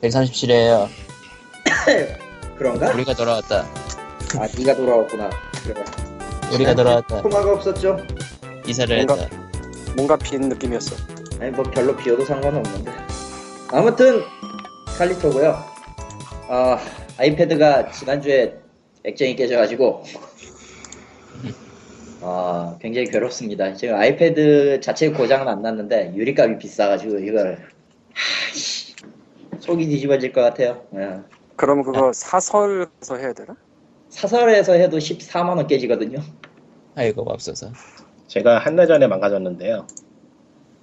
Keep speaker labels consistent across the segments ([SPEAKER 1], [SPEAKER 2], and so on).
[SPEAKER 1] 137회에요.
[SPEAKER 2] 그런가?
[SPEAKER 1] 우리가 돌아왔다.
[SPEAKER 2] 아, 네가 돌아왔구나. 그래.
[SPEAKER 1] 우리가 돌아왔다.
[SPEAKER 2] 통화가 없었죠?
[SPEAKER 1] 이사를
[SPEAKER 3] 뭔가-
[SPEAKER 1] 했다.
[SPEAKER 3] 뭔가 빈 느낌이었어.
[SPEAKER 2] 아니, 뭐 별로 비어도 상관없는데. 아무튼, 칼리토고요. 아, 아이패드가 지난주에 액정이 깨져가지고, 아, 굉장히 괴롭습니다. 지금 아이패드 자체 고장은 안 났는데, 유리값이 비싸가지고, 이걸, 하, 씨. 속이 뒤집어질 것 같아요. 예.
[SPEAKER 3] 그럼 그거 사설에서 해야 되나?
[SPEAKER 2] 사설에서 해도 14만원 깨지거든요.
[SPEAKER 1] 아이고 없어서.
[SPEAKER 4] 제가 한 달 전에 망가졌는데요.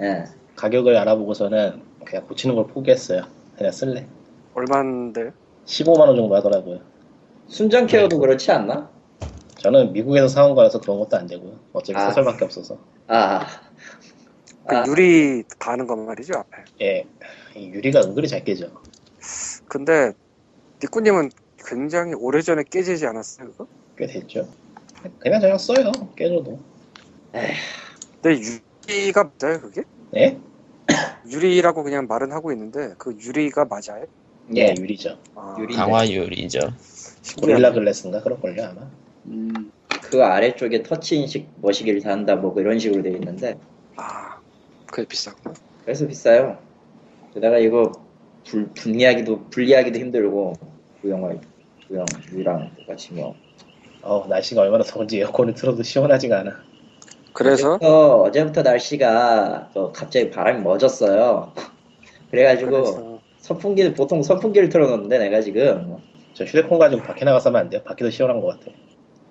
[SPEAKER 2] 예.
[SPEAKER 4] 가격을 알아보고서는 그냥 고치는 걸 포기했어요. 그냥 쓸래.
[SPEAKER 3] 얼마인데?
[SPEAKER 4] 15만 원 정도 하더라고요.
[SPEAKER 2] 순정 케어도 그렇지 않나?
[SPEAKER 4] 저는 미국에서 사온 거라서 그런 것도 안 되고요. 어차피
[SPEAKER 2] 아.
[SPEAKER 4] 사설밖에 없어서.
[SPEAKER 2] 아,
[SPEAKER 3] 그
[SPEAKER 2] 아.
[SPEAKER 3] 유리 다는 건 말이죠 앞에.
[SPEAKER 4] 예, 이 유리가 은근히 잘 깨져.
[SPEAKER 3] 근데 니꾸님은 굉장히 오래전에 깨지지 않았어요 그거?
[SPEAKER 4] 꽤 됐죠. 그냥 저냥 써요. 깨져도.
[SPEAKER 3] 근데 유리가 맞아요 그게?
[SPEAKER 4] 예?
[SPEAKER 3] 유리라고 그냥 말은 하고 있는데 그 유리가 맞아요?
[SPEAKER 4] 예, 유리죠.
[SPEAKER 3] 아,
[SPEAKER 2] 유리.
[SPEAKER 1] 강화 유리죠.
[SPEAKER 4] 고릴라 글래스인가 그럴걸요 아마.
[SPEAKER 2] 음, 그 아래쪽에 터치 인식 머시기를 단다 뭐 그런 식으로 되어 있는데
[SPEAKER 3] 아 그게 비싸구나.
[SPEAKER 2] 그래서 비싸요. 게다가 이거 불, 분리하기도 분리하기도 힘들고 구형할 구형 유랑 똑같이 뭐.
[SPEAKER 4] 어 날씨가 얼마나 더운지 에어컨을 틀어도 시원하지가 않아.
[SPEAKER 3] 그래서
[SPEAKER 2] 어제부터, 어제부터 날씨가 또 갑자기 바람이 멎었어요. 그래가지고
[SPEAKER 3] 그래서
[SPEAKER 2] 선풍기를 보통 선풍기를 틀어놓는데 내가 지금
[SPEAKER 4] 저 휴대폰 가지고 밖에 나가서 하면 안 돼요. 밖에도 시원한 것 같아.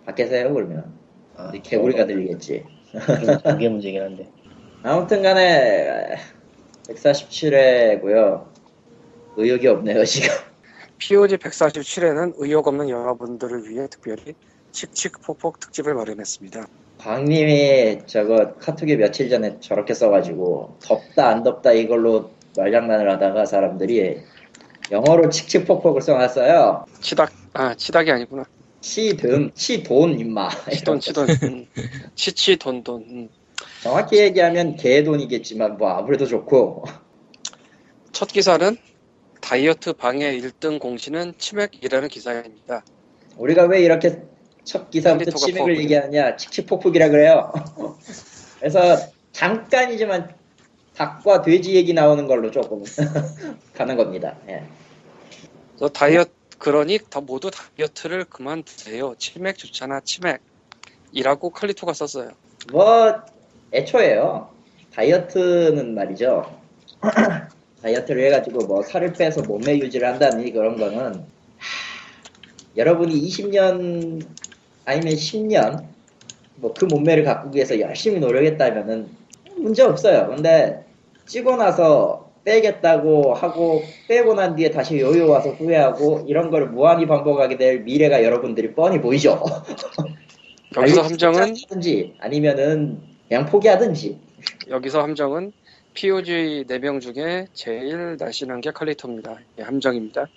[SPEAKER 2] 밖에서 해요 그러면
[SPEAKER 4] 아,
[SPEAKER 2] 이 개구리가 들리겠지.
[SPEAKER 4] 좀 그게 문제긴 한데.
[SPEAKER 2] 아무튼 간에 147회고요. 의욕이 없네요, 지금.
[SPEAKER 3] POG 147회는 의욕 없는 여러분들을 위해 특별히 칙칙폭폭 특집을 마련했습니다.
[SPEAKER 2] 광님이 저거 카톡에 며칠 전에 저렇게 써가지고 덥다 안 덥다 이걸로 말장난을 하다가 사람들이 영어로 칙칙폭폭을 써놨어요.
[SPEAKER 3] 치닥 아 치닥이 아니구나.
[SPEAKER 2] 치듬, 치돈 임마.
[SPEAKER 3] 치돈 치돈 음. 치치돈돈 음.
[SPEAKER 2] 정확히 얘기하면 개돈이겠지만 뭐 아무래도 좋고
[SPEAKER 3] 첫 기사는 다이어트 방해 1등 공신은 치맥이라는 기사입니다.
[SPEAKER 2] 우리가 왜 이렇게 첫 기사부터
[SPEAKER 3] 칼리토가
[SPEAKER 2] 치맥을
[SPEAKER 3] 퍼오군요.
[SPEAKER 2] 얘기하냐 칙칙폭폭이라 그래요 그래서 잠깐이지만 닭과 돼지 얘기 나오는 걸로 조금 가는 겁니다 예.
[SPEAKER 3] 저 다이어트 그러니 다 모두 다이어트를 그만두세요. 치맥 좋잖아 치맥이라고 칼리토가 썼어요.
[SPEAKER 2] 뭐 애초에요 다이어트는 말이죠 다이어트를 해가지고 뭐 살을 빼서 몸매 유지를 한다니 그런 거는 하, 여러분이 20년 아니면 10년 뭐 그 몸매를 가꾸기 위해서 열심히 노력했다면은 문제 없어요 근데 찌고 나서 빼겠다고 하고 빼고 난 뒤에 다시 요요 와서 후회하고 이런 걸 무한히 반복하게 될 미래가 여러분들이 뻔히 보이죠
[SPEAKER 3] 여기서
[SPEAKER 2] 아니,
[SPEAKER 3] 함정은
[SPEAKER 2] 하든지 아니면은 그냥 포기하든지
[SPEAKER 3] 여기서 함정은 POG 4명 중에 제일 날씬한 게 칼리토입니다. 예, 함정입니다.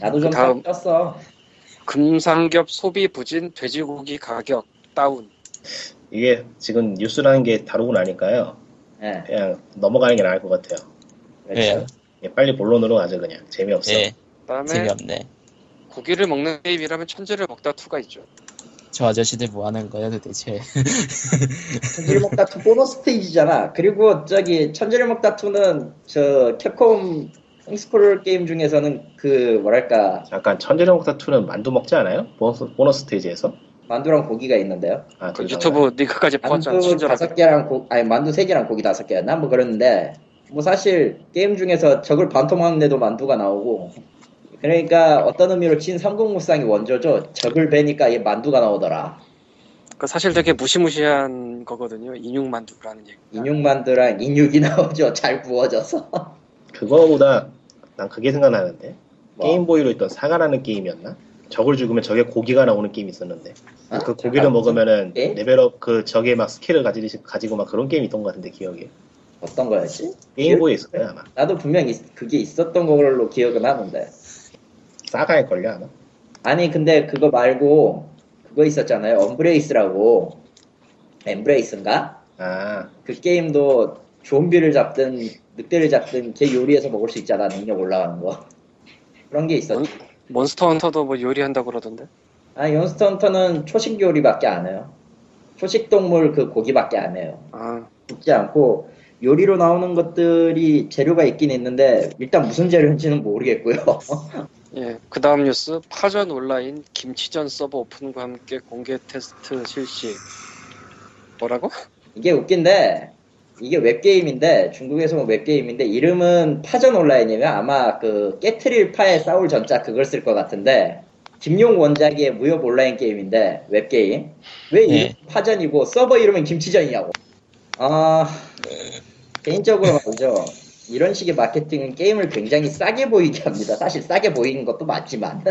[SPEAKER 2] 나도 좀
[SPEAKER 3] 그 다음.
[SPEAKER 2] 떴어
[SPEAKER 3] 금상겹 소비 부진 돼지고기 가격 다운.
[SPEAKER 4] 이게 지금 뉴스라는 게 다루고 나니까요.
[SPEAKER 2] 예
[SPEAKER 4] 그냥 넘어가는 게 나을 것 같아요.
[SPEAKER 2] 그렇죠
[SPEAKER 1] 예.
[SPEAKER 4] 예, 빨리 본론으로 가죠 그냥 재미없어.
[SPEAKER 1] 예,
[SPEAKER 3] 그다음에
[SPEAKER 1] 재미없네.
[SPEAKER 3] 고기를 먹는 게임이라면 천지를 먹다 투가 있죠.
[SPEAKER 1] 저 아저씨들 뭐 하는 거야 도대체?
[SPEAKER 2] 천지를 먹다 투 보너스 페이지잖아 그리고 저기 천지를 먹다 투는 저 캡콤 횡스크롤 게임 중에서는 그 뭐랄까
[SPEAKER 4] 잠깐 천재령국사 2는 만두 먹지 않아요? 보너스, 보너스 스테이지에서?
[SPEAKER 2] 만두랑 고기가 있는데요
[SPEAKER 4] 아,
[SPEAKER 3] 그
[SPEAKER 4] 죄송합니다.
[SPEAKER 3] 유튜브 링크까지 뽑았잖아.
[SPEAKER 2] 만두 다섯
[SPEAKER 3] 친절하게.
[SPEAKER 2] 개랑 고 아니 만두 세 개랑 고기 다섯 개였나 뭐 그러는데 뭐 사실 게임 중에서 적을 반토막내도 만두가 나오고 그러니까 어떤 의미로 진 삼국무쌍이 원조죠 적을 베니까 이 만두가 나오더라
[SPEAKER 3] 그 사실 되게 무시무시한 거거든요. 인육만두라는 얘기.
[SPEAKER 2] 인육만두랑 인육이 나오죠. 잘 구워져서.
[SPEAKER 4] 그거보다 난 그게 생각나는데
[SPEAKER 2] 뭐.
[SPEAKER 4] 게임보이로 있던 사가라는 게임이었나? 적을 죽으면 적의 고기가 나오는 게임이 있었는데
[SPEAKER 2] 아,
[SPEAKER 4] 그 고기를 먹으면은
[SPEAKER 2] 예?
[SPEAKER 4] 레벨업 그 적의 막 스킬을 가지, 가지고 막 그런 게임이 있던 것 같은데 기억에
[SPEAKER 2] 어떤 거였지?
[SPEAKER 4] 게임보이 있을 거야 아마
[SPEAKER 2] 나도 분명 있- 그게 있었던 걸로 기억은 하는데.
[SPEAKER 4] 사가일 걸요 아마
[SPEAKER 2] 아니 근데 그거 말고 그거 있었잖아요. 엄브레이스라고. 엠브레이스인가?
[SPEAKER 4] 아
[SPEAKER 2] 그 게임도 좀비를 잡든 늑대를 잡든 걔 요리해서 먹을 수 있잖아. 능력 올라가는 거. 그런 게 있었죠.
[SPEAKER 3] 몬스터 헌터도 뭐 요리한다 그러던데.
[SPEAKER 2] 아, 몬스터 헌터는 초식 요리밖에 안 해요. 초식 동물 그 고기밖에 안 해요.
[SPEAKER 3] 아,
[SPEAKER 2] 굽지 않고 요리로 나오는 것들이 재료가 있긴 있는데 일단 무슨 재료인지는 모르겠고요.
[SPEAKER 3] 예. 그 다음 뉴스. 파전 온라인 김치전 서버 오픈과 함께 공개 테스트 실시. 뭐라고?
[SPEAKER 2] 이게 웃긴데 이게 웹게임인데 중국에서 온 웹게임인데 이름은 파전 온라인이면 아마 그 깨트릴 파에 싸울 전자 그걸 쓸 것 같은데 김용 원작의 무협 온라인 게임인데 웹게임 왜 이름
[SPEAKER 1] 예.
[SPEAKER 2] 파전이고 서버 이름은 김치전이냐고 아 개인적으로 말이죠 이런 식의 마케팅은 게임을 굉장히 싸게 보이게 합니다 사실 싸게 보이는 것도 맞지만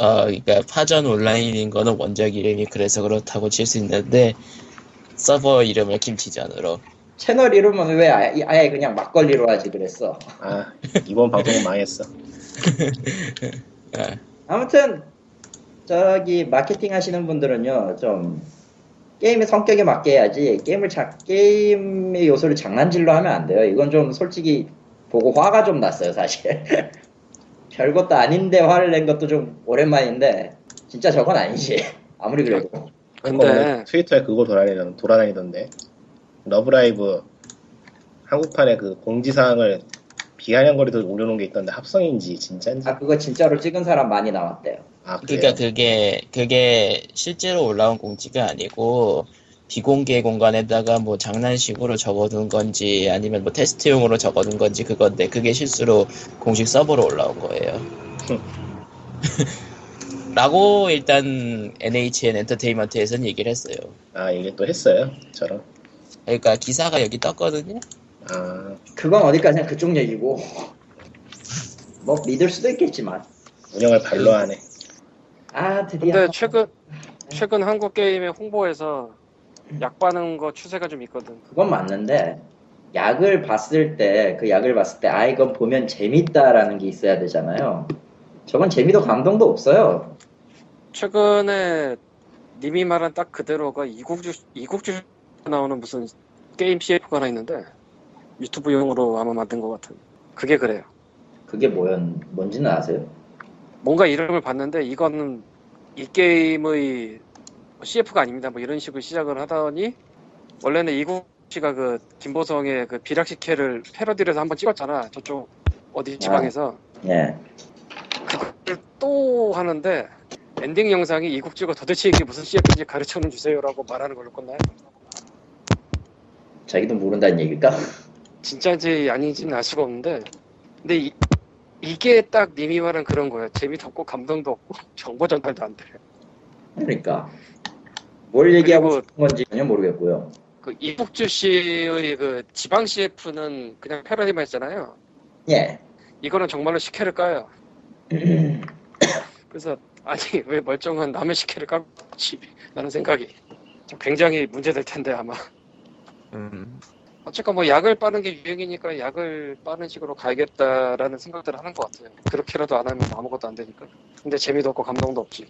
[SPEAKER 1] 어, 그러니까 파전 온라인인 거는 원작 이름이 그래서 그렇다고 칠 수 있는데 서버 이름을 김치전으로
[SPEAKER 2] 채널 이름은 왜 아예, 아예 그냥 막걸리로 하지 그랬어
[SPEAKER 4] 아 이번 방송 망했어.
[SPEAKER 1] 예.
[SPEAKER 2] 아무튼 저기 마케팅 하시는 분들은요 좀 게임의 성격에 맞게 해야지 게임을 자, 게임의 요소를 장난질로 하면 안 돼요. 이건 좀 솔직히 보고 화가 좀 났어요 사실. 별것도 아닌데 화를 낸 것도 좀 오랜만인데 진짜 저건 아니지. 아무리 그래도
[SPEAKER 3] 근데
[SPEAKER 4] 트위터에 그거 돌아다니던, 돌아다니던데 러브라이브 한국판에 그 공지사항을 비아냥거리도 올려놓은 게 있던데 합성인지 진짜인지
[SPEAKER 2] 아 그거 진짜로 찍은 사람 많이 나왔대요.
[SPEAKER 4] 아 그래요?
[SPEAKER 1] 그러니까 그게 그게 실제로 올라온 공지가 아니고 비공개 공간에다가 뭐 장난식으로 적어둔 건지 아니면 뭐 테스트용으로 적어둔 건지 그건데 그게 실수로 공식 서버로 올라온 거예요. 라고 일단 NHN 엔터테인먼트에서는 얘기를 했어요.
[SPEAKER 4] 아 이게 또 했어요? 저런
[SPEAKER 1] 그러니까 기사가 여기 떴거든요.
[SPEAKER 4] 아
[SPEAKER 2] 그건 어디까지나 그쪽 얘기고 뭐 믿을 수도 있겠지만
[SPEAKER 4] 운영을 발로 하네
[SPEAKER 2] 아 드디어
[SPEAKER 3] 근데 최근 최근 한국 게임의 홍보에서 약 바는 거 추세가 좀 있거든.
[SPEAKER 2] 그건 맞는데 약을 봤을 때 그 약을 봤을 때 아 이건 보면 재밌다라는 게 있어야 되잖아요. 저건 재미도 감동도 없어요.
[SPEAKER 3] 최근에 님이 말한 딱 그대로가 이국주 이국주 나오는 무슨 게임 CF가 하나 있는데 유튜브용으로 아마 만든 것 같은. 그게 그래요.
[SPEAKER 2] 그게 뭐였 뭔지는 아세요?
[SPEAKER 3] 뭔가 이름을 봤는데 이거는 이 게임의 뭐 CF가 아닙니다. 뭐 이런 식으로 시작을 하더니 원래는 이국 씨가 그 김보성의 그 비락식회를 패러디를 해서 한번 찍었잖아. 저쪽 어디 지방에서
[SPEAKER 2] 예.
[SPEAKER 3] 그걸 또 하는데 엔딩 영상이 이국주가 도대체 이게 무슨 CF인지 가르쳐는 주세요라고 말하는 걸로 끝나요.
[SPEAKER 2] 자기도 모른다는 얘기일까?
[SPEAKER 3] 진짜인지 아닌지는 알 수가 없는데 근데 이, 이게 딱 님이 말한 그런 거예요. 재미도 없고 감동도 없고 정보 전달도 안 돼.
[SPEAKER 2] 그러니까 뭘 얘기하고
[SPEAKER 3] 그리고-
[SPEAKER 2] 싶은 건지 전혀 모르겠고요.
[SPEAKER 3] 그 이북주 씨의 그 지방 CF는 그냥 패러디만 했잖아요.
[SPEAKER 2] 예.
[SPEAKER 3] 이거는 정말로 식혜를 까요. 그래서 아니 왜 멀쩡한 남의 식혜를 까지 라는 생각이 좀 굉장히 문제될 텐데 아마
[SPEAKER 1] 음.
[SPEAKER 3] 어쨌건 뭐 약을 빠는 게 유행이니까 약을 빠는 식으로 가야겠다라는 생각들 을 하는 것 같아요. 그렇게라도 안 하면 아무것도 안 되니까. 근데 재미도 없고 감동도 없지.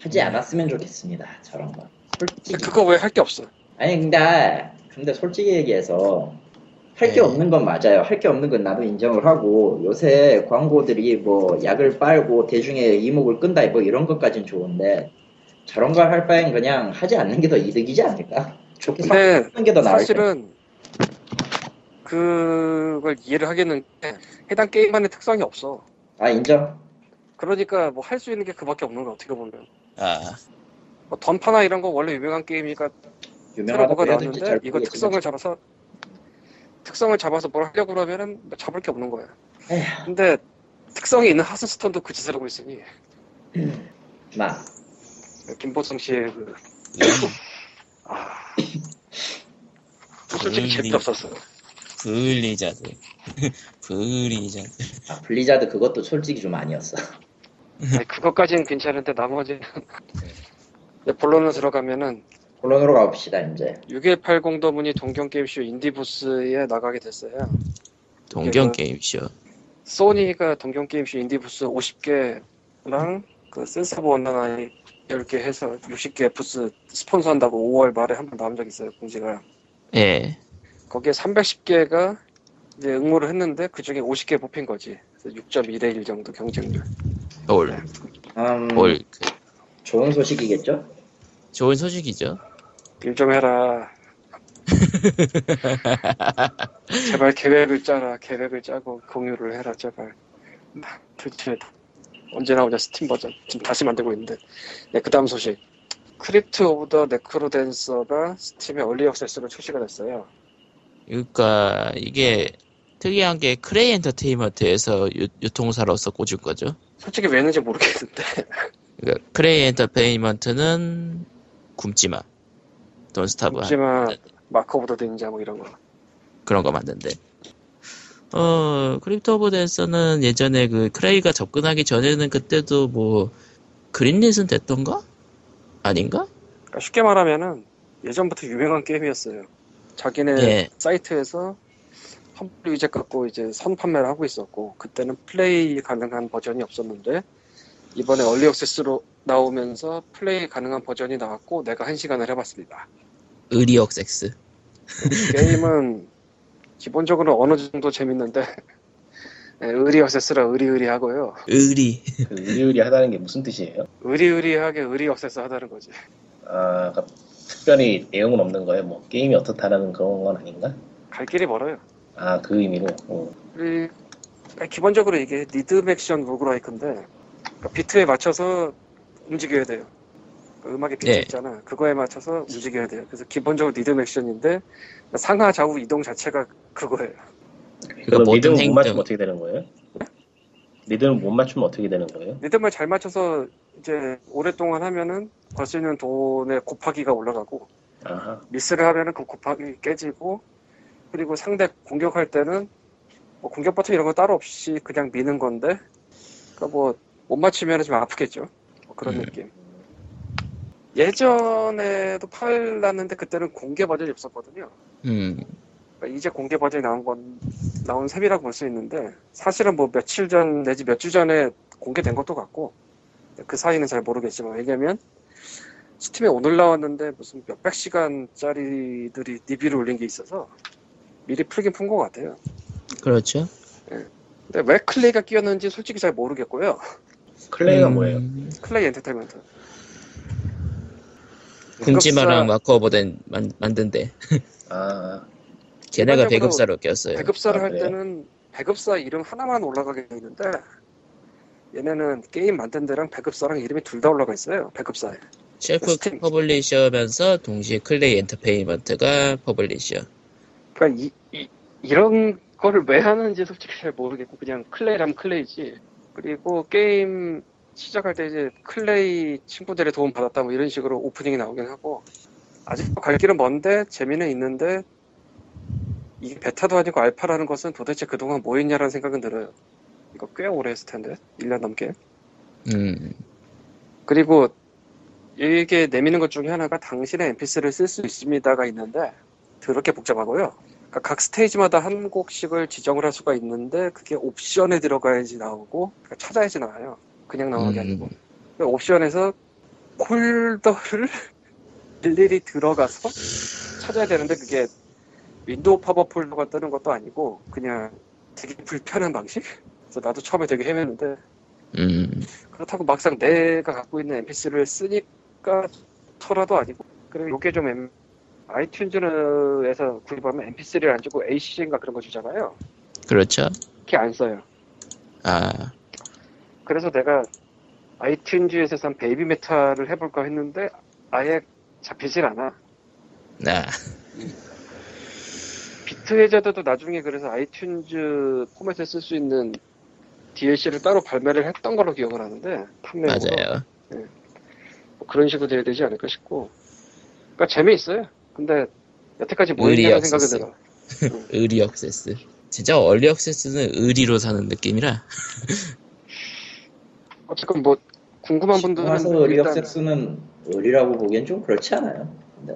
[SPEAKER 2] 하지 않았으면 좋겠습니다. 저런 거. 솔직히.
[SPEAKER 3] 그거 왜 할 게 없어?
[SPEAKER 2] 아니 근데 근데 솔직히 얘기해서 할 게
[SPEAKER 1] 네.
[SPEAKER 2] 없는 건 맞아요. 할 게 없는 건 나도 인정을 하고 요새 광고들이 뭐 약을 빨고 대중의 이목을 끈다 뭐 이런 것까진 좋은데 저런 걸 할 바엔 그냥 하지 않는 게 더 이득이지 않을까? 좋게
[SPEAKER 3] 근데
[SPEAKER 2] 사는 게 더 나을 텐데.
[SPEAKER 3] 사실은 그걸 이해를 하겠는 게 해당 게임만의 특성이 없어.
[SPEAKER 2] 아 인정.
[SPEAKER 3] 그러니까 뭐 할 수 있는 게 그밖에 없는 거야 어떻게 보면.
[SPEAKER 1] 아,
[SPEAKER 3] 뭐 던파나 이런 거 원래 유명한 게임이니까 새로
[SPEAKER 2] 유명하다고
[SPEAKER 3] 뭐가
[SPEAKER 2] 해야 될지
[SPEAKER 3] 나왔는데
[SPEAKER 2] 잘
[SPEAKER 3] 이거
[SPEAKER 2] 모르겠지만
[SPEAKER 3] 특성을 잡아서 특성을 잡아서 뭘 하려고 그러면은 뭐 잡을 게 없는 거야.
[SPEAKER 2] 에휴.
[SPEAKER 3] 근데 특성이 있는 하스스톤도 그 짓을 하고 있으니
[SPEAKER 2] 마.
[SPEAKER 3] 김보성 씨의 그
[SPEAKER 1] 음,
[SPEAKER 3] 솔직히
[SPEAKER 1] 음.
[SPEAKER 3] 재미없었어. 요
[SPEAKER 1] 블리자드. 블리자드.
[SPEAKER 2] 아, 블리자드 그것도 솔직히 좀 아니었어.
[SPEAKER 3] 그것까지는 괜찮은데 나머지는 근데 본론으로 들어가면은
[SPEAKER 2] 본론으로 가봅시다 이제.
[SPEAKER 3] 6180 더문이 동경 게임쇼 인디부스에 나가게 됐어요.
[SPEAKER 1] 동경 게임쇼.
[SPEAKER 3] 소니가 동경 게임쇼 인디부스 50개랑 그 센서브 온라인 10개 해서 60개 부스 스폰서한다고 5월 말에 한 번 나온 적 있어요 공지가
[SPEAKER 1] 예.
[SPEAKER 3] 거기에 310개가 이제 응모를 했는데 그 중에 50개 뽑힌 거지. 6.1대 1 정도 경쟁률.
[SPEAKER 1] 올,
[SPEAKER 2] 음,
[SPEAKER 1] 올. 그
[SPEAKER 2] 좋은 소식이겠죠?
[SPEAKER 1] 좋은 소식이죠.
[SPEAKER 3] 일 좀 해라. 제발 계획을 짜라. 계획을 짜고 공유를 해라. 제발. 도대체 언제 나오냐 스팀 버전. 지금 다시 만들고 있는데. 네, 그 다음 소식. 크립트 오브 더 네크로댄서가 스팀의 얼리 액세스로 출시가 됐어요.
[SPEAKER 1] 그러니까 이게 특이한 게 크레이 엔터테인먼트에서 유, 유통사로서 꽂은 거죠.
[SPEAKER 3] 솔직히 왜 했는지 모르겠는데.
[SPEAKER 1] 그러니까 크레이 엔터테인먼트는 굶지마, 돈스타브
[SPEAKER 3] 잠시만 마크 오브 더 닌자 뭐 이런 거.
[SPEAKER 1] 그런 거 맞는데. 어, 크립토 오브 댄서는 예전에 그 크레이가 접근하기 전에는 그때도 뭐 그린릿은 됐던가? 아닌가?
[SPEAKER 3] 그러니까 쉽게 말하면은 예전부터 유명한 게임이었어요. 자기네
[SPEAKER 1] 예.
[SPEAKER 3] 사이트에서 환불 유제 갖고 이제 선 판매를 하고 있었고 그때는 플레이 가능한 버전이 없었는데 이번에 얼리 액세스로 나오면서 플레이 가능한 버전이 나왔고 내가 한 시간을 해봤습니다.
[SPEAKER 1] 의리역 섹스.
[SPEAKER 3] 게임은 기본적으로 어느 정도 재밌는데 예, 의리 액세스라 의리의리하고요.
[SPEAKER 1] 의리.
[SPEAKER 4] 그 의리의리하다는 게 무슨 뜻이에요?
[SPEAKER 3] 의리의리하게 의리 액세스 하다는 거지.
[SPEAKER 4] 아, 그러니까 특별히 내용은 없는 거예요. 뭐 게임이 어떻다라는 그런 건 아닌가?
[SPEAKER 3] 갈 길이 멀어요.
[SPEAKER 4] 아, 그 의미로. 어.
[SPEAKER 3] 이- 아니, 기본적으로 이게 리듬 액션 로그라이크인데 그러니까 비트에 맞춰서 움직여야 돼요. 그러니까 음악에 비트
[SPEAKER 1] 예.
[SPEAKER 3] 있잖아. 그거에 맞춰서 움직여야 돼요. 그래서 기본적으로 리듬 액션인데 상하 좌우 이동 자체가 그거예요.
[SPEAKER 4] 그럼
[SPEAKER 1] 모든
[SPEAKER 4] 리듬을 못
[SPEAKER 1] 행동.
[SPEAKER 4] 맞추면 어떻게 되는 거예요? 리듬을 못 맞추면 어떻게 되는 거예요?
[SPEAKER 3] 리듬을 잘 맞춰서 이제 오랫동안 하면은 벌 수 있는 돈의 곱하기가 올라가고
[SPEAKER 4] 아하.
[SPEAKER 3] 미스를 하면은 그 곱하기 깨지고 그리고 상대 공격할 때는 뭐 공격 버튼 이런 거 따로 없이 그냥 미는 건데 그러니까 뭐 못 맞추면 좀 아프겠죠 뭐 그런
[SPEAKER 1] 음.
[SPEAKER 3] 느낌 예전에도 팔났는데 그때는 공개 버전이 없었거든요
[SPEAKER 1] 음.
[SPEAKER 3] 그러니까 이제 공개 버전이 나온 건 나온 셈이라고 볼 수 있는데 사실은 뭐 며칠 전 내지 몇 주 전에 공개된 것도 같고 그 사이는 잘 모르겠지만 왜냐면 스팀에 오늘 나왔는데 무슨 몇백 시간짜리들이 리뷰를 올린 게 있어서 미리 풀긴 푼 것 같아요.
[SPEAKER 1] 그렇죠.
[SPEAKER 3] 근데 왜 클레이가 끼었는지 솔직히 잘 모르겠고요.
[SPEAKER 4] 클레이가
[SPEAKER 1] 음,
[SPEAKER 4] 뭐예요?
[SPEAKER 3] 클레이 엔터테인먼트.
[SPEAKER 1] 굶지마랑 마크 오브 댄 만- 만든데.
[SPEAKER 4] 아,
[SPEAKER 1] 걔네가
[SPEAKER 3] 일반적으로
[SPEAKER 1] 배급사로 꼈어요.
[SPEAKER 3] 배급사를
[SPEAKER 4] 아,
[SPEAKER 3] 할
[SPEAKER 4] 그래요?
[SPEAKER 3] 때는 배급사 이름 하나만 올라가게 돼 있는데 얘네는 게임 만든 데랑 배급사랑 이름이 둘 다 올라가 있어요. 배급사에.
[SPEAKER 1] 셰프
[SPEAKER 3] 스팀.
[SPEAKER 1] 퍼블리셔면서 동시에 클레이 엔터테인먼트가 퍼블리셔.
[SPEAKER 3] 그러니까 이, 이 이런 거를 왜 하는지 솔직히 잘 모르겠고 그냥 클레이라면 클레이지 그리고 게임 시작할 때 이제 클레이 친구들의 도움 받았다 뭐 이런 식으로 오프닝이 나오긴 하고 아직도 갈 길은 먼데 재미는 있는데 이게 베타도 아니고 알파라는 것은 도대체 그동안 뭐 했냐라는 생각은 들어요 이거 꽤 오래 했을 텐데 1년 넘게
[SPEAKER 1] 음.
[SPEAKER 3] 그리고 이게 내미는 것 중에 하나가 당신의 NPC를 쓸 수 있습니다가 있는데 더럽게 복잡하고요. 그러니까 각 스테이지마다 한 곡씩을 지정을 할 수가 있는데 그게 옵션에 들어가야지 나오고 그러니까 찾아야지 나와요. 그냥 나오는 게
[SPEAKER 1] 음.
[SPEAKER 3] 아니고 그 옵션에서 폴더를 일일이 들어가서 찾아야 되는데 그게 윈도우 팝업 폴더가 뜨는 것도 아니고 그냥 되게 불편한 방식? 그래서 나도 처음에 되게 헤맸는데
[SPEAKER 1] 음.
[SPEAKER 3] 그렇다고 막상 내가 갖고 있는 NPC를 쓰니까 터라도 아니고 그리고 이게 좀 애매- 아이튠즈에서 구입하면 NPC를 안 주고 AC인가 그런 거 주잖아요.
[SPEAKER 1] 그렇죠.
[SPEAKER 3] 그게 안 써요.
[SPEAKER 1] 아,
[SPEAKER 3] 그래서 내가 아이튠즈에서 산 베이비 메타를 해볼까 했는데 아예 잡히질 않아. 네,
[SPEAKER 1] 나.
[SPEAKER 3] 비트 해저드도 나중에 그래서 아이튠즈 포맷에 쓸 수 있는 DLC를 따로 발매를 했던 걸로 기억을 하는데 판매로
[SPEAKER 1] 맞아요.
[SPEAKER 3] 뭐 그런 식으로 돼야 되지 않을까 싶고 그러니까 재미있어요 근데 여태까지 뭐
[SPEAKER 1] 의리
[SPEAKER 3] 했냐는 생각이
[SPEAKER 1] 액세스.
[SPEAKER 3] 들어
[SPEAKER 1] 의리 억세스. 진짜 얼리 억세스는 의리로 사는 느낌이라.
[SPEAKER 3] 어쨌건 뭐 궁금한 분들은
[SPEAKER 2] 와서 의리역
[SPEAKER 3] 일단
[SPEAKER 2] 섹스는 의리라고 보기엔 좀 그렇지 않아요? 근데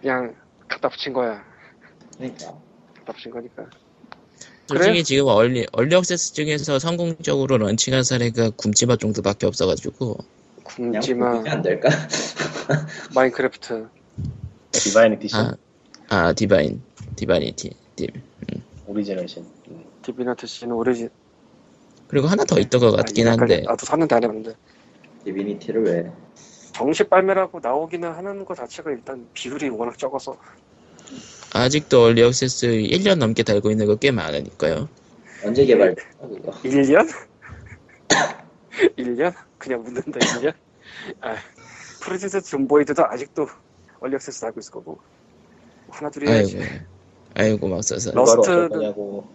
[SPEAKER 3] 그냥 갖다 붙인 거야
[SPEAKER 2] 그러니까
[SPEAKER 3] 갖다 붙인 거니까
[SPEAKER 1] 솔직히
[SPEAKER 3] 그래요?
[SPEAKER 1] 지금 얼리, 얼리 억세스 중에서 성공적으로 런칭한 사례가 굶지마 정도밖에 없어가지고.
[SPEAKER 2] 그냥
[SPEAKER 3] 굶지마
[SPEAKER 2] 보면 안 될까?
[SPEAKER 3] 마인크래프트
[SPEAKER 4] 디바인 에디션?
[SPEAKER 1] 아, 아 디바인. 디바니티. 디,
[SPEAKER 4] 오리지널신. 음.
[SPEAKER 3] 디비넌트 씨는 오리지
[SPEAKER 1] 그리고 하나 더 있던 것 같긴
[SPEAKER 3] 아,
[SPEAKER 1] 한데
[SPEAKER 3] 나도 샀는데 안 해봤는데
[SPEAKER 2] 디비니티를 왜?
[SPEAKER 3] 정식 발매라고 나오기는 하는 것 자체가 일단 비율이 워낙 적어서
[SPEAKER 1] 아직도 얼리 액세스 1년 넘게 달고 있는 거 꽤 많으니까요.
[SPEAKER 2] 언제 개발? 그거
[SPEAKER 3] 1년? 1년? 그냥 묻는다 1년? 아, 프로듀스 존보이드도 아직도 얼리 액세스 하고 있을 거고 하나 둘이
[SPEAKER 1] 아이고, 아이고 막서서.
[SPEAKER 3] 예, 러스트는-
[SPEAKER 4] 그걸 어쩔 거냐고.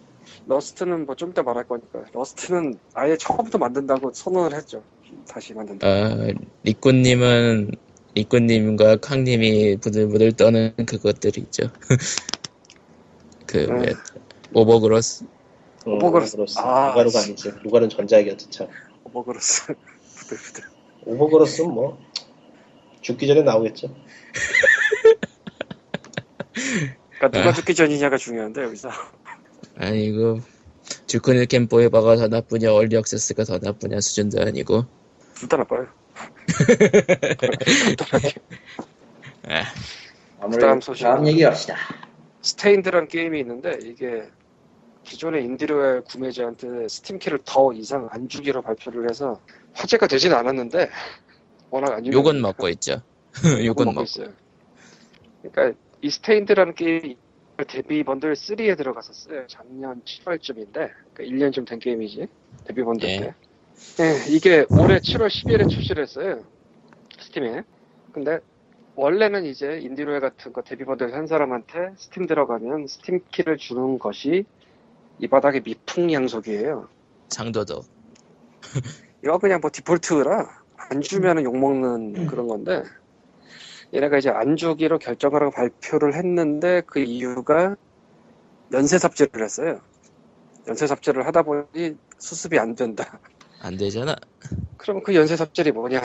[SPEAKER 3] 러스트는 뭐 좀 이따 말할 거니까 러스트는 아예 처음부터 만든다고 선언을 했죠 다시 만든다
[SPEAKER 1] 아, 리꾸님은 리꾸님과 캉님이 부들부들 떠는 그것들이 있죠. 그
[SPEAKER 3] 음.
[SPEAKER 1] 뭐야, 오버그로스.
[SPEAKER 4] 음,
[SPEAKER 3] 오버그로스.
[SPEAKER 4] 오버그로스.
[SPEAKER 3] 아,
[SPEAKER 4] 루가루가
[SPEAKER 3] 씨.
[SPEAKER 4] 아니지. 루가루는 전자기였지 참.
[SPEAKER 3] 오버그로스 부들부들
[SPEAKER 4] 오버그로스는 뭐 죽기 전에 나오겠죠.
[SPEAKER 3] 그러니까 누가
[SPEAKER 1] 아.
[SPEAKER 3] 죽기 전이냐가 중요한데 여기서
[SPEAKER 1] 아니고 주크닐 캠보이바가 더 나쁘냐 얼리 액세스가 더 나쁘냐 수준도 아니고
[SPEAKER 3] 둘 다 나빠요
[SPEAKER 2] 아무래도
[SPEAKER 3] 소식.
[SPEAKER 2] 다음 얘기 합시다.
[SPEAKER 3] 스테인드란 게임이 있는데 이게 기존의 인디로얄 구매자한테 스팀키를 더 이상 안 주기로 발표를 해서 화제가 되진 않았는데 워낙 안 유명하니까
[SPEAKER 1] 욕은 먹고 있죠. 욕은 먹고.
[SPEAKER 3] 음. 있어요. 그러니까 이 스테인드라는 게임 데뷔 번들 3에 들어갔었어요. 작년 7월쯤인데 그러니까 1년쯤 된 게임이지 데뷔 번들
[SPEAKER 1] 예.
[SPEAKER 3] 때. 예, 이게 올해 7월 10일에 출시를 했어요. 스팀에. 근데 원래는 이제 인디로에 같은 거 데뷔 번들 한 사람한테 스팀 들어가면 스팀 키를 주는 것이 이 바닥의 미풍양속이에요.
[SPEAKER 1] 장도도.
[SPEAKER 3] 이거 그냥 뭐 디폴트라 안 주면은 욕먹는 그런 건데 얘네가 이제 안 주기로 결정을 하고 발표를 했는데 그 이유가 연쇄 삽질을 했어요. 연쇄 삽질을 하다 보니 수습이 안 된다.
[SPEAKER 1] 안 되잖아.
[SPEAKER 3] 그럼 그 연쇄 삽질이 뭐냐?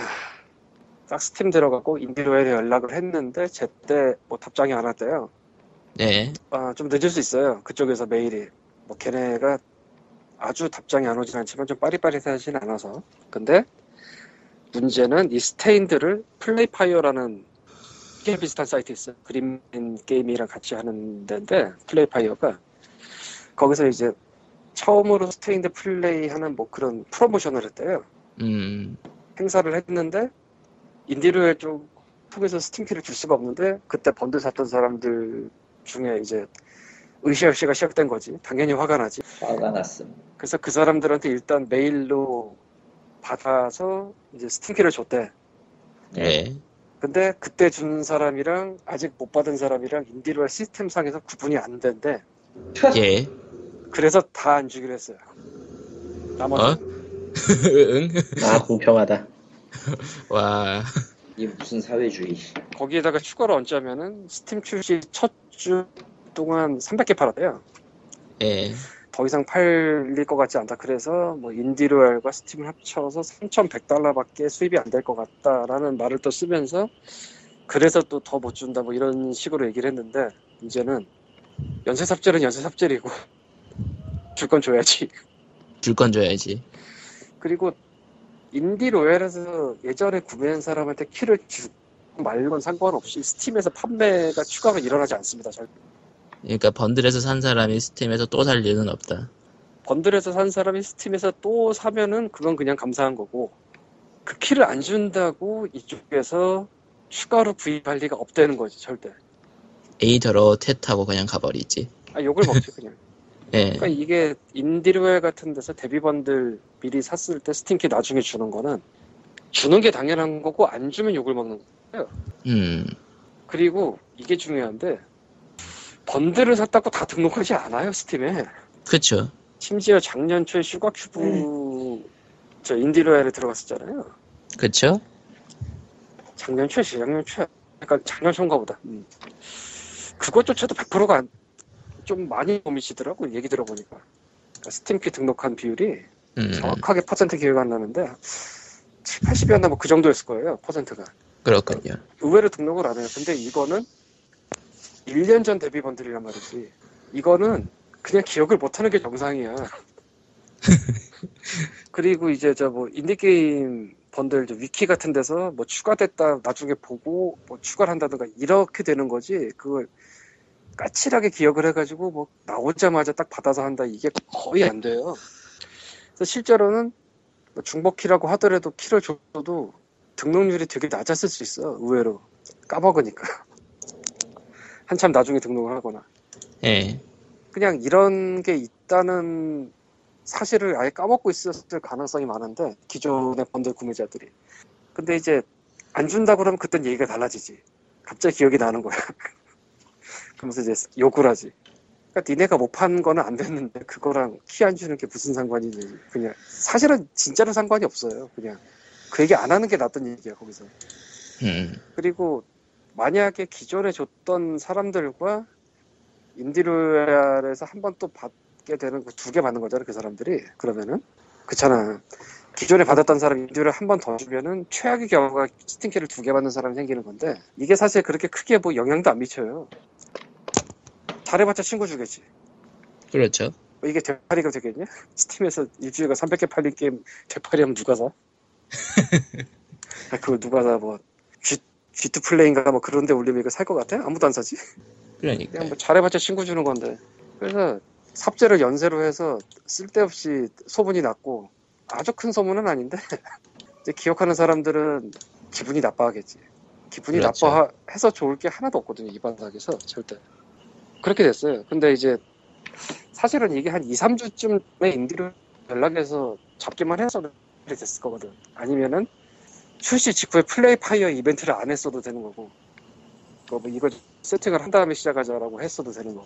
[SPEAKER 3] 딱 스팀 들어가고 인디로엘에 연락을 했는데 제때 뭐 답장이 안 왔대요.
[SPEAKER 1] 네.
[SPEAKER 3] 아, 좀 늦을 수 있어요. 그쪽에서 메일이. 뭐, 걔네가 아주 답장이 안 오진 않지만 좀 빠릿빠릿하진 않아서. 근데 문제는 이 스테인드를 플레이파이어라는 게임 비슷한 사이트 있어요. 그림 게임이랑 같이 하는 데인데, 플레이파이어가. 거기서 이제 처음으로 스테인드 플레이 하는 뭐 그런 프로모션을 했대요.
[SPEAKER 1] 음.
[SPEAKER 3] 행사를 했는데 인디로에 좀 통해서 스팀키를 줄 수가 없는데 그때 번들 샀던 사람들 중에 이제 으쌰으쌰가 시작된 거지 당연히 화가 나지
[SPEAKER 2] 화가 났음.
[SPEAKER 3] 그래서 그 사람들한테 일단 메일로 받아서 이제 스팀키를 줬대
[SPEAKER 1] 네.
[SPEAKER 3] 근데 그때 준 사람이랑 아직 못 받은 사람이랑 인디로의 시스템상에서 구분이 안 된대
[SPEAKER 1] 예.
[SPEAKER 3] 그래서 다 안 주기로 했어요 나머지
[SPEAKER 1] 어? 응?
[SPEAKER 4] 아 공평하다.
[SPEAKER 1] 와.
[SPEAKER 2] 이게 무슨 사회주의?
[SPEAKER 3] 거기에다가 추가로 얹자면은 스팀 출시 첫 주 동안 300개 팔았대요
[SPEAKER 1] 예.
[SPEAKER 3] 더 이상 팔릴 것 같지 않다. 그래서 뭐 인디로얄과 스팀을 합쳐서 3,100달러밖에 수입이 안 될 것 같다라는 말을 또 쓰면서 그래서 또 더 못 준다 뭐 이런 식으로 얘기를 했는데 이제는 연쇄 삽질은 연쇄 삽질이고 줄 건 줘야지.
[SPEAKER 1] 줄 건 줘야지.
[SPEAKER 3] 그리고 인디로얄에서 예전에 구매한 사람한테 키를 주고 말건 상관없이 스팀에서 판매가 추가로 일어나지 않습니다. 잘
[SPEAKER 1] 그러니까 번들에서 산 사람이 스팀에서 또 살 일은 없다.
[SPEAKER 3] 번들에서 산 사람이 스팀에서 또 사면은 그건 그냥 감사한 거고 그 키를 안 준다고 이쪽에서 추가로 구입할 리가 없다는 거지 절대
[SPEAKER 1] 에이 더러워 탯하고 그냥 가버리지.
[SPEAKER 3] 아 욕을 먹지 그냥
[SPEAKER 1] 예.
[SPEAKER 3] 그러니까 이게 인디로얄 같은 데서 데뷔 번들 미리 샀을 때 스팀 키 나중에 주는 거는 주는 게 당연한 거고 안 주면 욕을 먹는 거
[SPEAKER 1] 음.
[SPEAKER 3] 그리고 이게 중요한데 번들을 샀다고 다 등록하지 않아요 스팀에
[SPEAKER 1] 그쵸.
[SPEAKER 3] 심지어 작년 초에 슈가 큐브 저 인디로얄에 들어갔었잖아요
[SPEAKER 1] 그쵸?
[SPEAKER 3] 작년 초에 재작년 초에 약간 작년 초인가 보다 그것조차도 100%가 안, 좀 많이 오미시더라고 얘기 들어보니까 그러니까 스팀키 등록한 비율이
[SPEAKER 1] 음.
[SPEAKER 3] 정확하게 퍼센트 기회가 안 나는데 7, 80이었나 뭐 그 정도였을 거예요 퍼센트가
[SPEAKER 1] 그렇군요.
[SPEAKER 3] 의외로 등록을 안 해요 근데 이거는 1년 전 데뷔 번들이란 말이지 이거는 그냥 기억을 못하는 게 정상이야 그리고 이제 저 뭐 인디게임 번들 저 위키 같은 데서 뭐 추가됐다 나중에 보고 뭐 추가를 한다든가 이렇게 되는 거지 그걸 까칠하게 기억을 해가지고 뭐 나오자마자 딱 받아서 한다 이게 거의 안 돼요. 그래서 실제로는 뭐 중복키라고 하더라도 키를 줘도 등록률이 되게 낮았을 수 있어 의외로 까먹으니까 한참 나중에 등록을 하거나
[SPEAKER 1] 예.
[SPEAKER 3] 그냥 이런 게 있다는 사실을 아예 까먹고 있었을 가능성이 많은데 기존의 번들 구매자들이 근데 이제 안 준다고 그러면 그땐 얘기가 달라지지 갑자기 기억이 나는 거야 그러면서 이제 욕을 하지 그러니까 니네가 못 판 거는 안 됐는데 그거랑 키 안 주는 게 무슨 상관이니 그냥 사실은 진짜로 상관이 없어요 그냥 그 얘기 안 하는 게 낫던 얘기야 거기서
[SPEAKER 1] 음.
[SPEAKER 3] 그리고 만약에 기존에 줬던 사람들과 인디로얄에서 한 번 또 받게 되는 그 두 개 받는 거잖아 그 사람들이 그러면은 그렇잖아 기존에 받았던 사람 인디로얄 한 번 더 주면은 최악의 경우가 스팅키를 두 개 받는 사람이 생기는 건데 이게 사실 그렇게 크게 뭐 영향도 안 미쳐요 잘해봤자 친구 주겠지
[SPEAKER 1] 그렇죠.
[SPEAKER 3] 뭐 이게 되팔이가 되겠냐 스팀에서 일주일간 300개 팔린 게임 되팔이하면 누가 사? 아, 그걸 누가 사뭐 G2 플레이인가 뭐 그런데 올리면 이거 살 것 같아? 아무도 안 사지?
[SPEAKER 1] 그러니까.
[SPEAKER 3] 그냥 뭐 잘해봤자 친구 주는 건데 그래서 삽제를 연쇄로 해서 쓸데없이 소문이 났고 아주 큰 소문은 아닌데 이제 기억하는 사람들은 기분이 나빠하겠지 기분이
[SPEAKER 1] 그렇죠.
[SPEAKER 3] 나빠해서 좋을 게 하나도 없거든요 이 바닥에서 절대 그렇게 됐어요 근데 이제 사실은 이게 한 2, 3주쯤에 인디를 연락해서 잡기만 해서 됐을 거거든 아니면은 출시 직후에 플레이 파이어 이벤트를 안 했어도 되는 거고 뭐뭐 이걸 세팅을 한 다음에 시작하자라고 했어도 되는 거고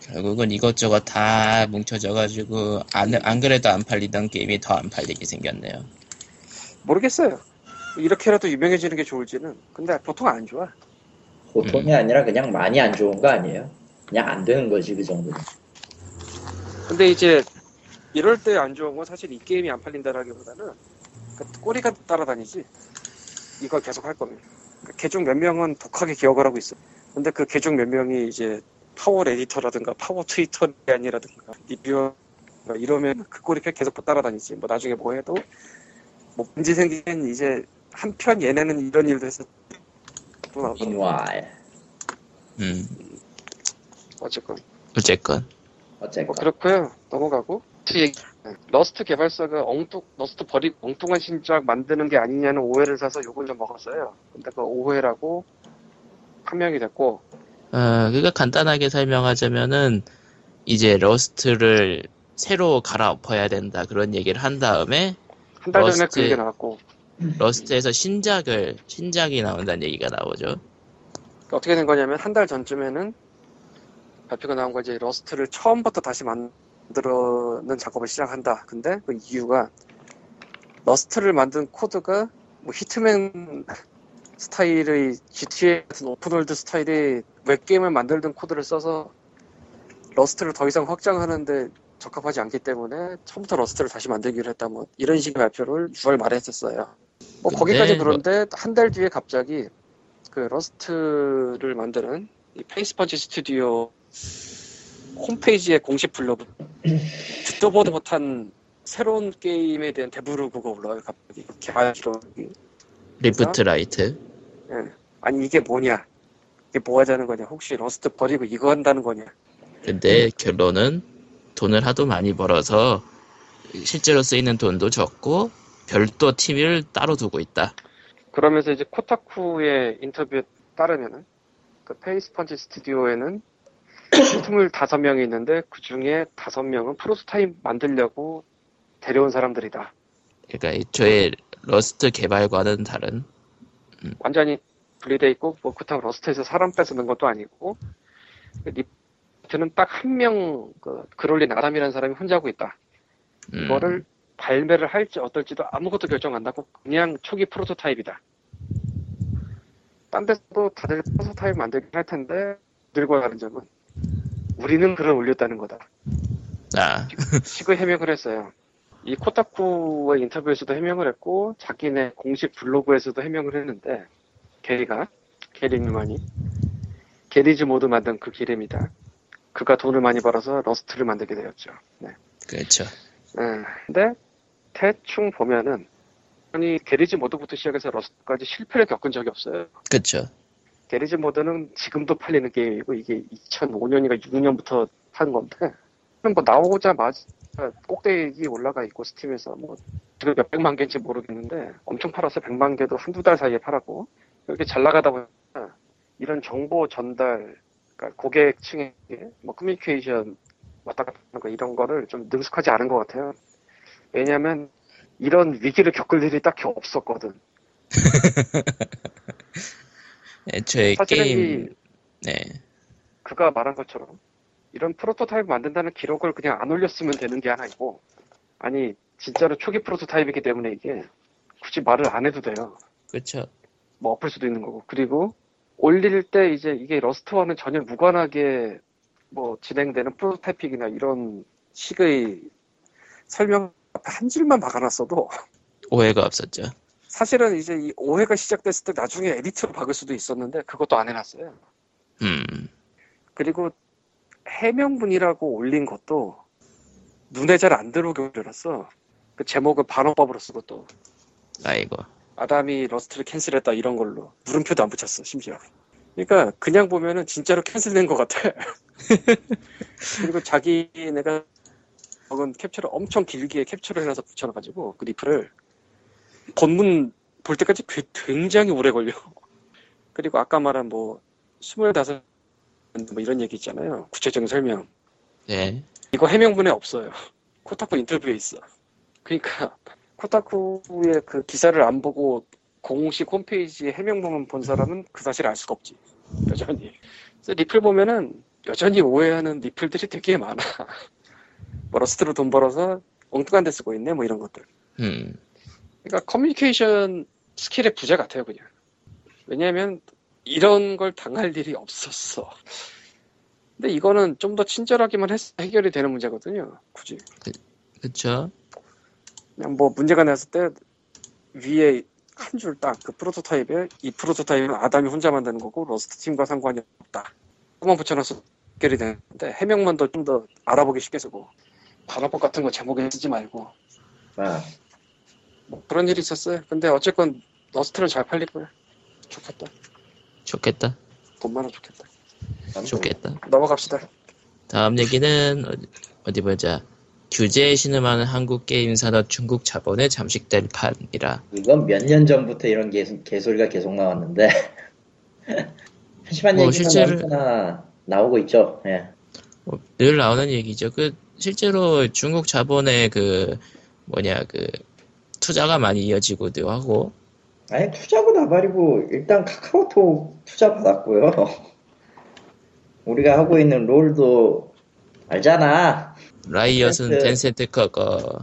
[SPEAKER 1] 결국은 이것저것 다 뭉쳐져가지고 안, 안 그래도 안 팔리던 게임이 더 안 팔리게 생겼네요.
[SPEAKER 3] 모르겠어요 이렇게라도 유명해지는 게 좋을지는 근데 보통 안 좋아
[SPEAKER 1] 음.
[SPEAKER 2] 보통이 아니라 그냥 많이 안 좋은 거 아니에요? 그냥 안 되는 거지 그 정도는.
[SPEAKER 3] 근데 이제 이럴 때 안 좋은 건 사실 이 게임이 안 팔린다라기보다는 그 꼬리가 따라다니지 이걸 계속 할 거면 그 개중 몇 명은 독하게 기억을 하고 있어 근데 그 개중 몇 명이 이제 파워 에디터라든가 파워 트위터 아니라든가 리뷰어 이러면 그 꼬리 계속 따라다니지 뭐 나중에 뭐 해도 뭐 문제 생기면 이제 한편 얘네는 이런 일도 해서 또 나오더라고
[SPEAKER 2] Meanwhile
[SPEAKER 1] 음.
[SPEAKER 3] 어쨌건
[SPEAKER 1] 어쨌건.
[SPEAKER 3] 뭐
[SPEAKER 2] 어쨌건
[SPEAKER 3] 그렇고요 넘어가고 그 러스트 개발사가 엉뚱 러스트 버리 엉뚱한 신작 만드는 게 아니냐는 오해를 사서 욕을 좀 먹었어요 근데 그 오해라고 판명이 됐고
[SPEAKER 1] 어, 그러니까 간단하게 설명하자면은 이제 러스트를 새로 갈아엎어야 된다 그런 얘기를 한 다음에
[SPEAKER 3] 한 달 전에
[SPEAKER 1] 러스트.
[SPEAKER 3] 그 얘기 나왔고
[SPEAKER 1] 러스트에서 신작을 신작이 나온다는 얘기가 나오죠.
[SPEAKER 3] 그러니까 어떻게 된 거냐면 한 달 전쯤에는 발표가 나온 거지 러스트를 처음부터 다시 만들어는 작업을 시작한다. 근데 그 이유가 러스트를 만든 코드가 뭐 히트맨 스타일의 GTA 같은 오픈월드 스타일의 웹게임을 만들던 코드를 써서 러스트를 더 이상 확장하는데 적합하지 않기 때문에 처음부터 러스트를 다시 만들기로 했다 뭐 이런 식의 발표를 6월 말에 했었어요 뭐
[SPEAKER 1] 근데
[SPEAKER 3] 거기까지
[SPEAKER 1] 뭐-
[SPEAKER 3] 그런데 한 달 뒤에 갑자기 그 러스트를 만드는 이 페이스펀치 스튜디오 홈페이지에 공식 블로그 듣도 보도 못한 새로운 게임에 대한 대부르고가 올라와요 갑자기 개발 기록이
[SPEAKER 1] 리프트 라이트.
[SPEAKER 3] 아니 이게 뭐냐 이게 뭐 하자는 거냐 혹시 러스트 버리고 이거 한다는 거냐
[SPEAKER 1] 근데 결론은 돈을 하도 많이 벌어서 실제로 쓰이는 돈도 적고 별도 팀을 따로 두고 있다.
[SPEAKER 3] 그러면서 이제 코타쿠의 인터뷰에 따르면은 그 페이스펀치 스튜디오에는 25명이 있는데 그 중에 5명은 프로토타입 만들려고 데려온 사람들이다
[SPEAKER 1] 그러니까 애초에 러스트 개발과는 다른
[SPEAKER 3] 완전히 분리돼 있고 뭐 그렇다고 러스트에서 사람 뺏는 것도 아니고 그 리프트는 딱 한 명 그, 그롤린 아담이라는 사람이 혼자 하고 있다
[SPEAKER 1] 음,
[SPEAKER 3] 이거를 발매를 할지 어떨지도 아무것도 결정 안 하고 그냥 초기 프로토타입이다. 딴 데서도 다들 프로토타입 만들긴 할 텐데 들고 가는 점은 우리는 글을 올렸다는 거다.
[SPEAKER 1] 아,
[SPEAKER 3] 식의 해명을 했어요. 이 코타쿠의 인터뷰에서도 해명을 했고 자기네 공식 블로그에서도 해명을 했는데 게리가 게리미만이 게리즈 모드 만든 그 기름이다. 그가 돈을 많이 벌어서 러스트를 만들게 되었죠. 네.
[SPEAKER 1] 그렇죠.
[SPEAKER 3] 예, 근데 대충 보면은 아니 게리지 모드부터 시작해서 러스트까지 실패를 겪은 적이 없어요.
[SPEAKER 1] 그렇죠.
[SPEAKER 3] 게리지 모드는 지금도 팔리는 게임이고 이게 2005년인가 6년부터 판 건데 그냥 뭐 나오자마자 꼭대기 올라가 있고 스팀에서 뭐 지금 몇 백만 개인지 모르겠는데 엄청 팔았어요. 백만 개도 한두 달 사이에 팔았고 이렇게 잘 나가다 보니까 이런 정보 전달 그러니까 고객층에 뭐 커뮤니케이션 왔다 갔다 하는 거 이런 거를 좀 능숙하지 않은 것 같아요. 왜냐하면 이런 위기를 겪을 일이 딱히 없었거든.
[SPEAKER 1] 애초에
[SPEAKER 3] 사실은
[SPEAKER 1] 게임
[SPEAKER 3] 이
[SPEAKER 1] 네
[SPEAKER 3] 그가 말한 것처럼 이런 프로토타입 만든다는 기록을 그냥 안 올렸으면 되는 게 하나 있고 아니 진짜로 초기 프로토타입이기 때문에 이게 굳이 말을 안 해도 돼요.
[SPEAKER 1] 그렇죠.
[SPEAKER 3] 뭐 엎을 수도 있는 거고 그리고 올릴 때 이제 이게 러스트와는 전혀 무관하게 뭐 진행되는 프로토타이핑이나 이런 식의 설명 앞에 한 줄만 박아놨어도
[SPEAKER 1] 오해가 없었죠.
[SPEAKER 3] 사실은 이제 이 오해가 시작됐을 때 나중에 에디트로 박을 수도 있었는데 그것도 안 해놨어요.
[SPEAKER 1] 음
[SPEAKER 3] 그리고 해명문이라고 올린 것도 눈에 잘 안 들어오게 올렸어. 그 제목을 반어법으로 쓰고 또
[SPEAKER 1] 아이고
[SPEAKER 3] 아담이 러스트를 캔슬했다 이런 걸로 물음표도 안 붙였어 심지어. 그러니까 그냥 보면은 진짜로 캔슬된 것 같아. 그리고 자기네가 먹은 캡처를 엄청 길게 캡처를 해놔서 붙여놔가지고 그 리플을 본문 볼 때까지 괴- 굉장히 오래 걸려. 그리고 아까 말한 뭐 스물다섯 뭐 이런 얘기 있잖아요. 구체적인 설명.
[SPEAKER 1] 네
[SPEAKER 3] 이거 해명문에 없어요. 코타쿠 인터뷰에 있어. 그러니까 코타쿠의 그 기사를 안 보고 공식 홈페이지에 해명문만 본 사람은 그 사실을 알 수가 없지. 여전히. 그래서 리플 보면은 여전히 오해하는 리플들이 되게 많아. 뭐 러스트로 돈 벌어서 엉뚱한 데 쓰고 있네 뭐 이런 것들.
[SPEAKER 1] 음
[SPEAKER 3] 그러니까 커뮤니케이션 스킬의 부재 같아요 그냥. 왜냐하면 이런 걸 당할 일이 없었어. 근데 이거는 좀 더 친절하기만 해서 해결이 되는 문제거든요. 굳이.
[SPEAKER 1] 그렇죠.
[SPEAKER 3] 그냥 뭐 문제가 났을 때 위에 한 줄 딱 그 프로토타입에 이 프로토타입은 아담이 혼자 만드는 거고 러스트 팀과 상관이 없다. 그만 붙여놔서 해결이 되는데 해명만 더 좀 더 알아보기 쉽게 쓰고 발화법 같은 거 제목에 쓰지 말고
[SPEAKER 2] 아,
[SPEAKER 3] 뭐 그런 일이 있었어요. 근데 어쨌건 러스트는 잘 팔릴 거야. 좋겠다.
[SPEAKER 1] 좋겠다.
[SPEAKER 3] 돈 많아 좋겠다.
[SPEAKER 1] 좋겠다.
[SPEAKER 3] 넘어갑시다.
[SPEAKER 1] 다음 얘기는 어디, 어디 보자. 규제에 신음하는 한국 게임 산업 중국 자본에 잠식될 판이라.
[SPEAKER 2] 이건 몇 년 전부터 이런 개, 개소리가 계속 나왔는데 하지만
[SPEAKER 1] 뭐,
[SPEAKER 2] 얘기는
[SPEAKER 1] 실제로-
[SPEAKER 2] 언제나 나오고 있죠. 예.
[SPEAKER 1] 뭐늘 나오는 얘기죠. 그 실제로 중국 자본의 그 뭐냐 그 투자가 많이 이어지고도 하고
[SPEAKER 2] 아니 투자고 나발이고 일단 카카오톡 투자 받았고요. 우리가 하고 있는 롤도 알잖아.
[SPEAKER 1] 라이엇은
[SPEAKER 2] 네.
[SPEAKER 1] 텐센트 거거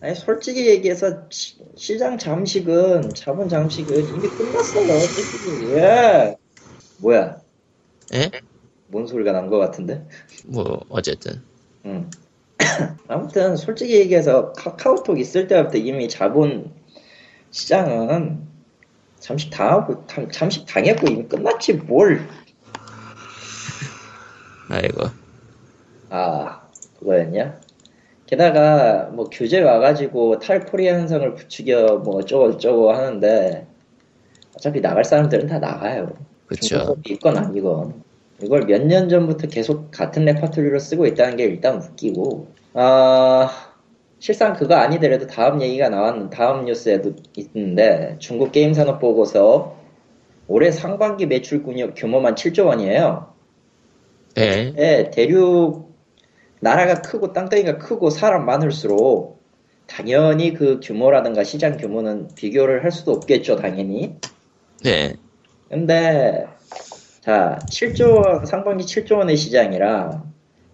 [SPEAKER 2] 아니 솔직히 얘기해서 시- 시장 잠식은 자본 잠식은 이미 끝났어요. 솔직히. 예. 뭐야?
[SPEAKER 1] 예?
[SPEAKER 2] 뭔 소리가 난 것 같은데?
[SPEAKER 1] 뭐 어쨌든
[SPEAKER 2] 음. 아무튼 솔직히 얘기해서 카카오톡 있을 때부터 이미 자본 시장은 잠식 당하고 잠- 잠식 당했고 이미 끝났지 뭘.
[SPEAKER 1] 아이고
[SPEAKER 2] 아, 그거였냐? 게다가 뭐 규제 와가지고 탈코리아 현상을 부추겨 뭐 어쩌고저쩌고 하는데 어차피 나갈 사람들은 다 나가요.
[SPEAKER 1] 그쵸
[SPEAKER 2] 중국법이 있건 아니건 이걸 몇 년 전부터 계속 같은 레퍼토리로 쓰고 있다는 게 일단 웃기고 아 실상 그거 아니더라도 다음 얘기가 나왔는 다음 뉴스에도 있는데 중국 게임 산업 보고서 올해 상반기 매출 규모- 규모만 7조 원이에요.
[SPEAKER 1] 예
[SPEAKER 2] 예, 대륙 나라가 크고 땅덩이가 크고 사람 많을수록 당연히 그 규모라든가 시장 규모는 비교를 할 수도 없겠죠, 당연히.
[SPEAKER 1] 네.
[SPEAKER 2] 근데 자, 7조 원, 상반기 7조 원의 시장이라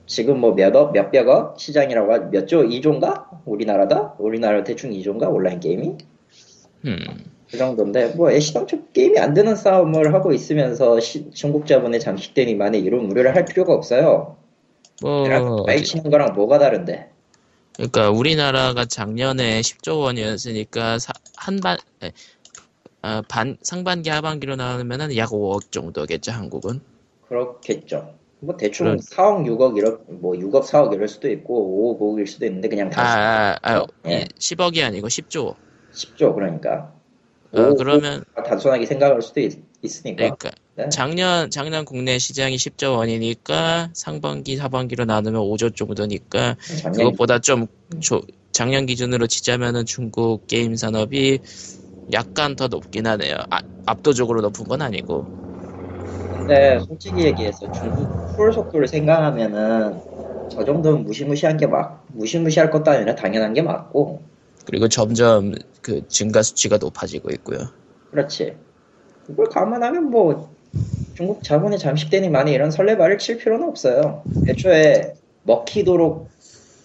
[SPEAKER 2] 지금 뭐 몇억, 몇백억 시장이라고 하, 몇조 2조인가? 우리나라다? 우리나라 대충 2조인가? 온라인 게임이?
[SPEAKER 1] 음
[SPEAKER 2] 그 정도인데 뭐 애시당초 게임이 안 되는 싸움을 하고 있으면서 시- 중국 자본의 잠식됨이 만에 이런 우려를 할 필요가 없어요.
[SPEAKER 1] 뭐,
[SPEAKER 2] 말 치는 거랑 뭐가 다른데?
[SPEAKER 1] 그러니까 우리나라가 작년에 10조 원이었으니까 사- 한반 에, 아, 반 상반기 하반기로 나오면은 약 5억 정도겠죠 한국은
[SPEAKER 2] 그렇겠죠. 뭐 대충
[SPEAKER 1] 그런-
[SPEAKER 2] 4억, 6억 이럴 뭐 6억, 4억 이럴 수도 있고 5억, 5억일 수도 있는데 그냥
[SPEAKER 1] 아,
[SPEAKER 2] 다
[SPEAKER 1] 아, 아
[SPEAKER 2] 예.
[SPEAKER 1] 10억이 아니고 10조
[SPEAKER 2] 10조 그러니까
[SPEAKER 1] 어, 그러면
[SPEAKER 2] 단순하게 생각할 수도 있, 있으니까.
[SPEAKER 1] 그러니까
[SPEAKER 2] 네.
[SPEAKER 1] 작년 작년 국내 시장이 10조 원이니까 상반기 하반기로 나누면 5조 정도니까
[SPEAKER 2] 작년
[SPEAKER 1] 그것보다 좀 조- 작년 기준으로 치자면은 중국 게임 산업이 약간 더 높긴 하네요. 아, 압도적으로 높은 건 아니고. 그
[SPEAKER 2] 근데 솔직히 얘기해서 중국 풀 속도를 생각하면은 저 정도는 무시무시한 게 막 무시무시할 것도 아니라 당연한 게 맞고
[SPEAKER 1] 그리고 점점 그 증가 수치가 높아지고 있고요.
[SPEAKER 2] 그렇지 그걸 감안하면 뭐 중국 자본이 잠식되니 많이 이런 설레발을 칠 필요는 없어요 애초에 먹히도록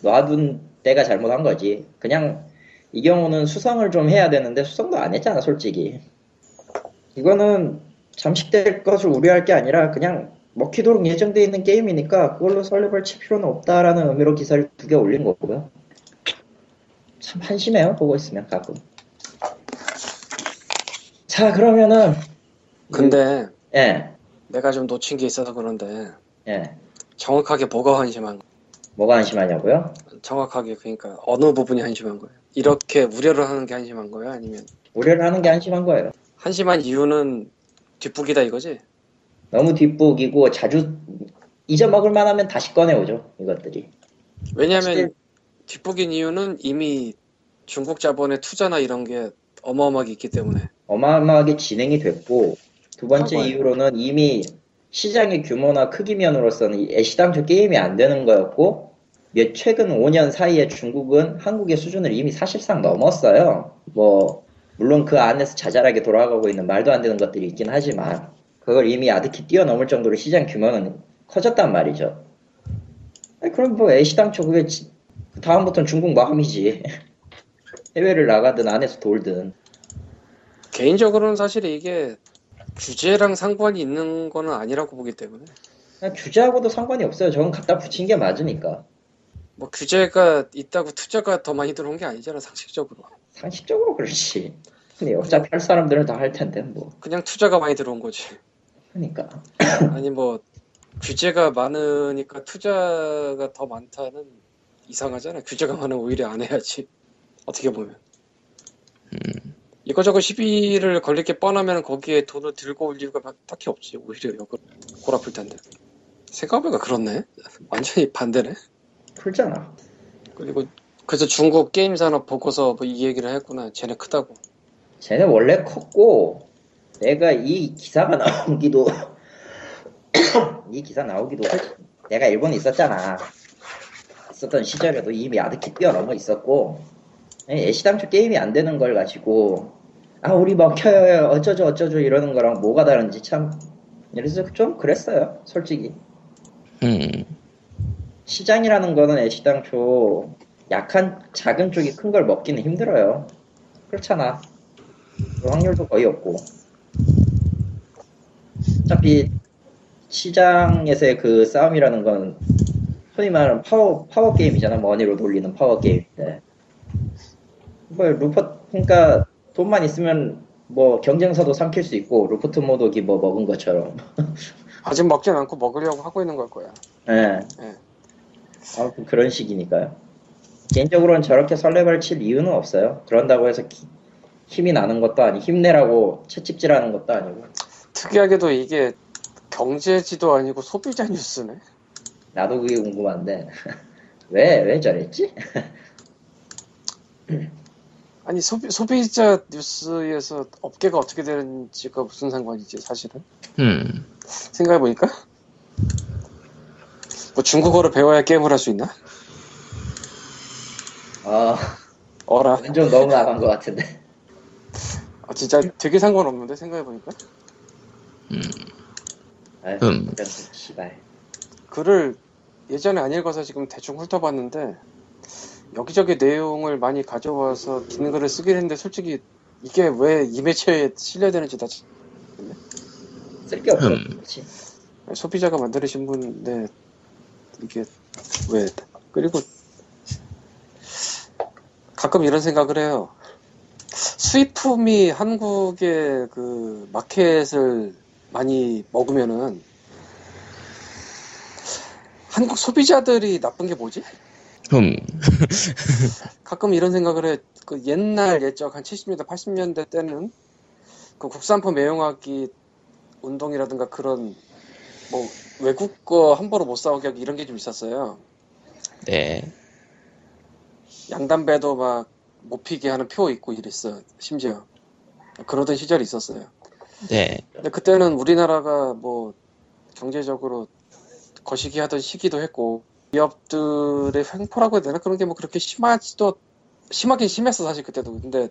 [SPEAKER 2] 놔둔 때가 잘못한 거지 그냥 이 경우는 수성을 좀 해야 되는데 수성도 안 했잖아 솔직히 이거는 잠식될 것을 우려할 게 아니라 그냥 먹히도록 예정돼 있는 게임이니까 그걸로 설레발 칠 필요는 없다라는 의미로 기사를 두 개 올린 거고요. 참 한심해요 보고 있으면 가끔. 자 그러면은
[SPEAKER 3] 근데
[SPEAKER 2] 예
[SPEAKER 3] 내가 좀 놓친 게 있어서 그런데
[SPEAKER 2] 예.
[SPEAKER 3] 정확하게 뭐가 한심한 거
[SPEAKER 2] 뭐가 한심하냐고요?
[SPEAKER 3] 정확하게 그러니까 어느 부분이 한심한 거예요? 이렇게 우려를 하는 게 한심한 거예요? 아니면
[SPEAKER 2] 우려를 하는 게 한심한 거예요.
[SPEAKER 3] 한심한 이유는 뒷북이다 이거지?
[SPEAKER 2] 너무 뒷북이고 자주 잊어먹을 만하면 다시 꺼내오죠 이것들이.
[SPEAKER 3] 왜냐하면 뒷북인 이유는 이미 중국 자본의 투자나 이런 게 어마어마하게 있기 때문에
[SPEAKER 2] 어마어마하게 진행이 됐고 두 번째
[SPEAKER 3] 과거에.
[SPEAKER 2] 이유로는 이미 시장의 규모나 크기면으로서는 이 애시당초 게임이 안 되는 거였고 몇 최근 5년 사이에 중국은 한국의 수준을 이미 사실상 넘었어요. 뭐 물론 그 안에서 자잘하게 돌아가고 있는 말도 안 되는 것들이 있긴 하지만 그걸 이미 아득히 뛰어넘을 정도로 시장 규모는 커졌단 말이죠. 아니, 그럼 뭐 애시당초 그게 지- 그 다음부터는 중국 마음이지. 해외를 나가든 안에서 돌든
[SPEAKER 3] 개인적으로는 사실 이게 규제랑 상관이 있는 거는 아니라고 보기 때문에
[SPEAKER 2] 그냥 규제하고도 상관이 없어요. 저건 갖다 붙인 게 맞으니까.
[SPEAKER 3] 뭐 규제가 있다고 투자가 더 많이 들어온 게 아니잖아 상식적으로
[SPEAKER 2] 상식적으로 그렇지. 근데 어차피 할 사람들은 다 할 텐데 뭐.
[SPEAKER 3] 그냥 투자가 많이 들어온 거지
[SPEAKER 2] 그러니까.
[SPEAKER 3] 아니 뭐 규제가 많으니까 투자가 더 많다는 이상하잖아 규제가 많으면 오히려 안 해야지 어떻게 보면 이거저거 시비를 걸릴 게 뻔하면 거기에 돈을 들고 올 이유가 막- 딱히 없지 오히려 역을 골아플 텐데 생각해보니까 그렇네 완전히 반대네
[SPEAKER 2] 풀잖아.
[SPEAKER 3] 그리고 그래서 중국 게임 산업 보고서 뭐 이 얘기를 했구나. 쟤네 크다고.
[SPEAKER 2] 쟤네 원래 컸고 내가 이 기사가 나오기도 이 기사 나오기도 솔직히 내가 일본에 있었잖아. 있었던 시절에도 이미 아득히 뛰어넘어 있었고 예, 애시당초 게임이 안 되는 걸 가지고 아 우리 먹혀요 어쩌죠 어쩌죠 이러는 거랑 뭐가 다른지 참 그래서 좀 그랬어요 솔직히
[SPEAKER 1] 음.
[SPEAKER 2] 시장이라는 거는 애시당초 약한 작은 쪽이 큰 걸 먹기는 힘들어요. 그렇잖아. 그 확률도 거의 없고. 어차피 시장에서의 그 싸움이라는 건 소위 말하는 파워 파워 게임이잖아. 머니로 돌리는 파워 게임인데. 네. 뭐 루퍼 그러니까 돈만 있으면 뭐 경쟁사도 삼킬 수 있고 루퍼트 모독이 뭐 먹은 것처럼.
[SPEAKER 3] 아직 먹진 않고 먹으려고 하고 있는 걸 거야.
[SPEAKER 2] 예.
[SPEAKER 3] 예.
[SPEAKER 2] 아무튼 그런 식이니까요. 개인적으로는 저렇게 설레발 칠 이유는 없어요. 그런다고 해서 기- 힘이 나는 것도 아니, 힘내라고 채찍질하는 것도 아니고.
[SPEAKER 3] 특이하게도 이게 경제지도 아니고 소비자 뉴스네.
[SPEAKER 2] 나도 그게 궁금한데 왜 왜 저랬지?
[SPEAKER 3] 아니 소비 소비자 뉴스에서 업계가 어떻게 되는지가 무슨 상관이지 사실은
[SPEAKER 1] 음.
[SPEAKER 3] 생각해 보니까 뭐 중국어를 배워야 게임을 할 수 있나?
[SPEAKER 2] 아,
[SPEAKER 3] 어라.
[SPEAKER 2] 이건 좀 너무 나간 것 같은데.
[SPEAKER 3] 아, 진짜 되게 상관없는데 생각해 보니까
[SPEAKER 2] 아유,
[SPEAKER 1] 음.
[SPEAKER 2] 이런 씨발.
[SPEAKER 3] 글을 예전에 안 읽어서 지금 대충 훑어봤는데 여기저기 내용을 많이 가져와서 긴 글을 쓰긴 했는데 솔직히 이게 왜 이 매체에 실려야 되는지 다 지-
[SPEAKER 2] 쓸게 없어.
[SPEAKER 1] 음.
[SPEAKER 2] 그렇지.
[SPEAKER 3] 소비자가 만드신 분인데 네. 이게 왜 그리고 가끔 이런 생각을 해요 수입품이 한국의 그 마켓을 많이 먹으면은 한국 소비자들이 나쁜 게 뭐지?
[SPEAKER 1] 흠.
[SPEAKER 3] 가끔 이런 생각을 해. 그 옛날 예적 한 70년대, 80년대 때는 그 국산품 애용하기 운동이라든가 그런 뭐 외국 거 함부로 못 싸우게 하기 이런 게 좀 있었어요.
[SPEAKER 1] 네.
[SPEAKER 3] 양담배도 막 못 피게 하는 표 있고 이랬어. 심지어 그러던 시절이 있었어요.
[SPEAKER 1] 네.
[SPEAKER 3] 근데 그때는 우리나라가 뭐 경제적으로 거시기 하던 시기도 했고 기업들의 횡포라고 해야 되나 그런 게 뭐 그렇게 심하지도 심하긴 심했어 사실 그때도 근데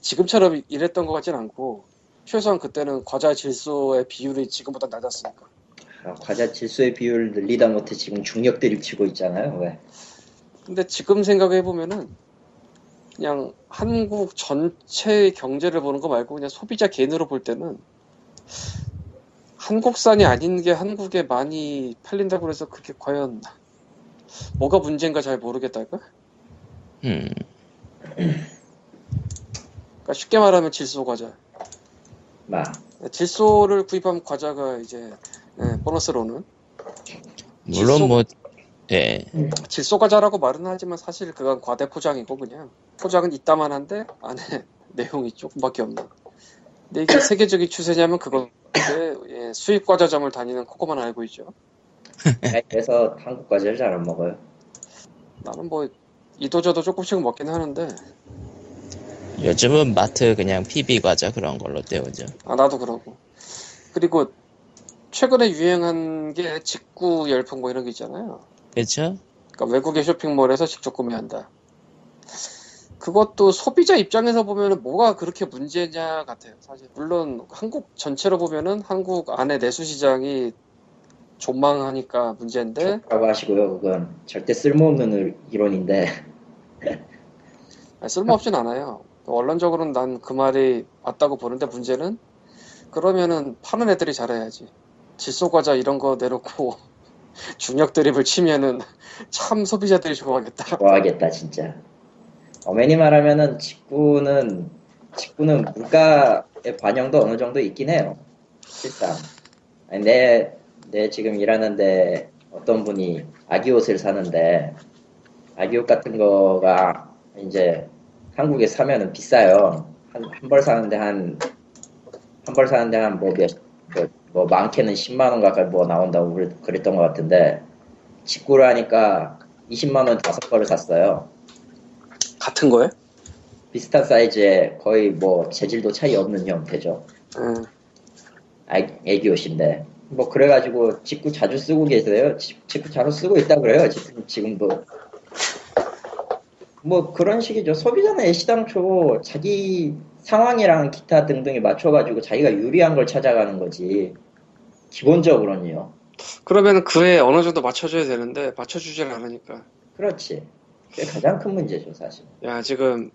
[SPEAKER 3] 지금처럼 이랬던 것 같진 않고 최소한 그때는 과자 질소의 비율이 지금보다 낮았으니까
[SPEAKER 2] 아, 과자 질소의 비율을 늘리다 못해 지금 중력 드립치고 있잖아요. 왜?
[SPEAKER 3] 근데 지금 생각해 보면은 그냥 한국 전체의 경제를 보는 거 말고 그냥 소비자 개인으로 볼 때는 한국산이 아닌 게 한국에 많이 팔린다고 해서 그게 과연 뭐가 문제인가 잘 모르겠달까?
[SPEAKER 1] 음.
[SPEAKER 3] 그러니까 쉽게 말하면 질소 과자. 네,
[SPEAKER 2] 마.
[SPEAKER 3] 질소를 구입한 과자가 이제 예, 보너스로는
[SPEAKER 1] 물론
[SPEAKER 3] 질소-
[SPEAKER 1] 뭐 네.
[SPEAKER 3] 질소 과자라고 말은 하지만 사실 그건 과대 포장이고 그냥 포장은 이따만한데 안에 내용이 조금밖에 없는. 근데 이게 세계적인 추세냐면 그건 예, 수입 과자점을 다니는 코코만 알고 있죠.
[SPEAKER 2] 아, 그래서 한국 과자를 잘 안 먹어요.
[SPEAKER 3] 나는 뭐 이도저도 조금씩 먹긴 하는데
[SPEAKER 1] 요즘은 마트 그냥 PB 과자 그런 걸로 때우죠.
[SPEAKER 3] 아 나도 그러고 그리고 최근에 유행한 게 직구 열풍 뭐 이런 게 있잖아요.
[SPEAKER 1] 그렇죠?
[SPEAKER 3] 그러니까 외국의 쇼핑몰에서 직접 구매한다. 그것도 소비자 입장에서 보면 뭐가 그렇게 문제냐 같아요. 사실 물론 한국 전체로 보면은 한국 안에 내수 시장이 존망하니까 문제인데
[SPEAKER 2] 라고 하시고요. 그건 절대 쓸모없는 을- 이론인데
[SPEAKER 3] 아니, 쓸모없진 않아요. 원론적으로는 난 그 말이 맞다고 보는데 문제는 그러면은 파는 애들이 잘해야지. 질소 과자 이런 거 내놓고 중력 드립을 치면은 참 소비자들이 좋아하겠다.
[SPEAKER 2] 좋아하겠다 진짜. 어머니 말하면은 직구는 직구는 물가의 반영도 어느 정도 있긴 해요. 일단 아니, 내, 내 지금 일하는데 어떤 분이 아기 옷을 사는데 아기 옷 같은 거가 이제 한국에 사면은 비싸요. 한 한 벌 사는데 한 한 벌 사는데 한뭐몇뭐 많게는 10만 원 가까이 뭐 나온다고 그랬- 그랬던 것 같은데 직구를 하니까 20만 원 다섯 벌을 샀어요.
[SPEAKER 3] 같은 거예요?
[SPEAKER 2] 비슷한 사이즈에 거의 뭐 재질도 차이 없는 형태죠.
[SPEAKER 3] 응.
[SPEAKER 2] 아, 애기 옷인데 뭐 그래가지고 직구 자주 쓰고 계세요. 직- 직구 자주 쓰고 있다 그래요. 지금 지금도 뭐 그런 식이죠. 소비자는 애시당초 자기 상황이랑 기타 등등에 맞춰가지고 자기가 유리한 걸 찾아가는 거지. 기본적으로는요.
[SPEAKER 3] 그러면 그에 어느 정도 맞춰줘야 되는데 맞춰주질 않으니까
[SPEAKER 2] 그렇지. 그게 가장 큰 문제죠 사실.
[SPEAKER 3] 야 지금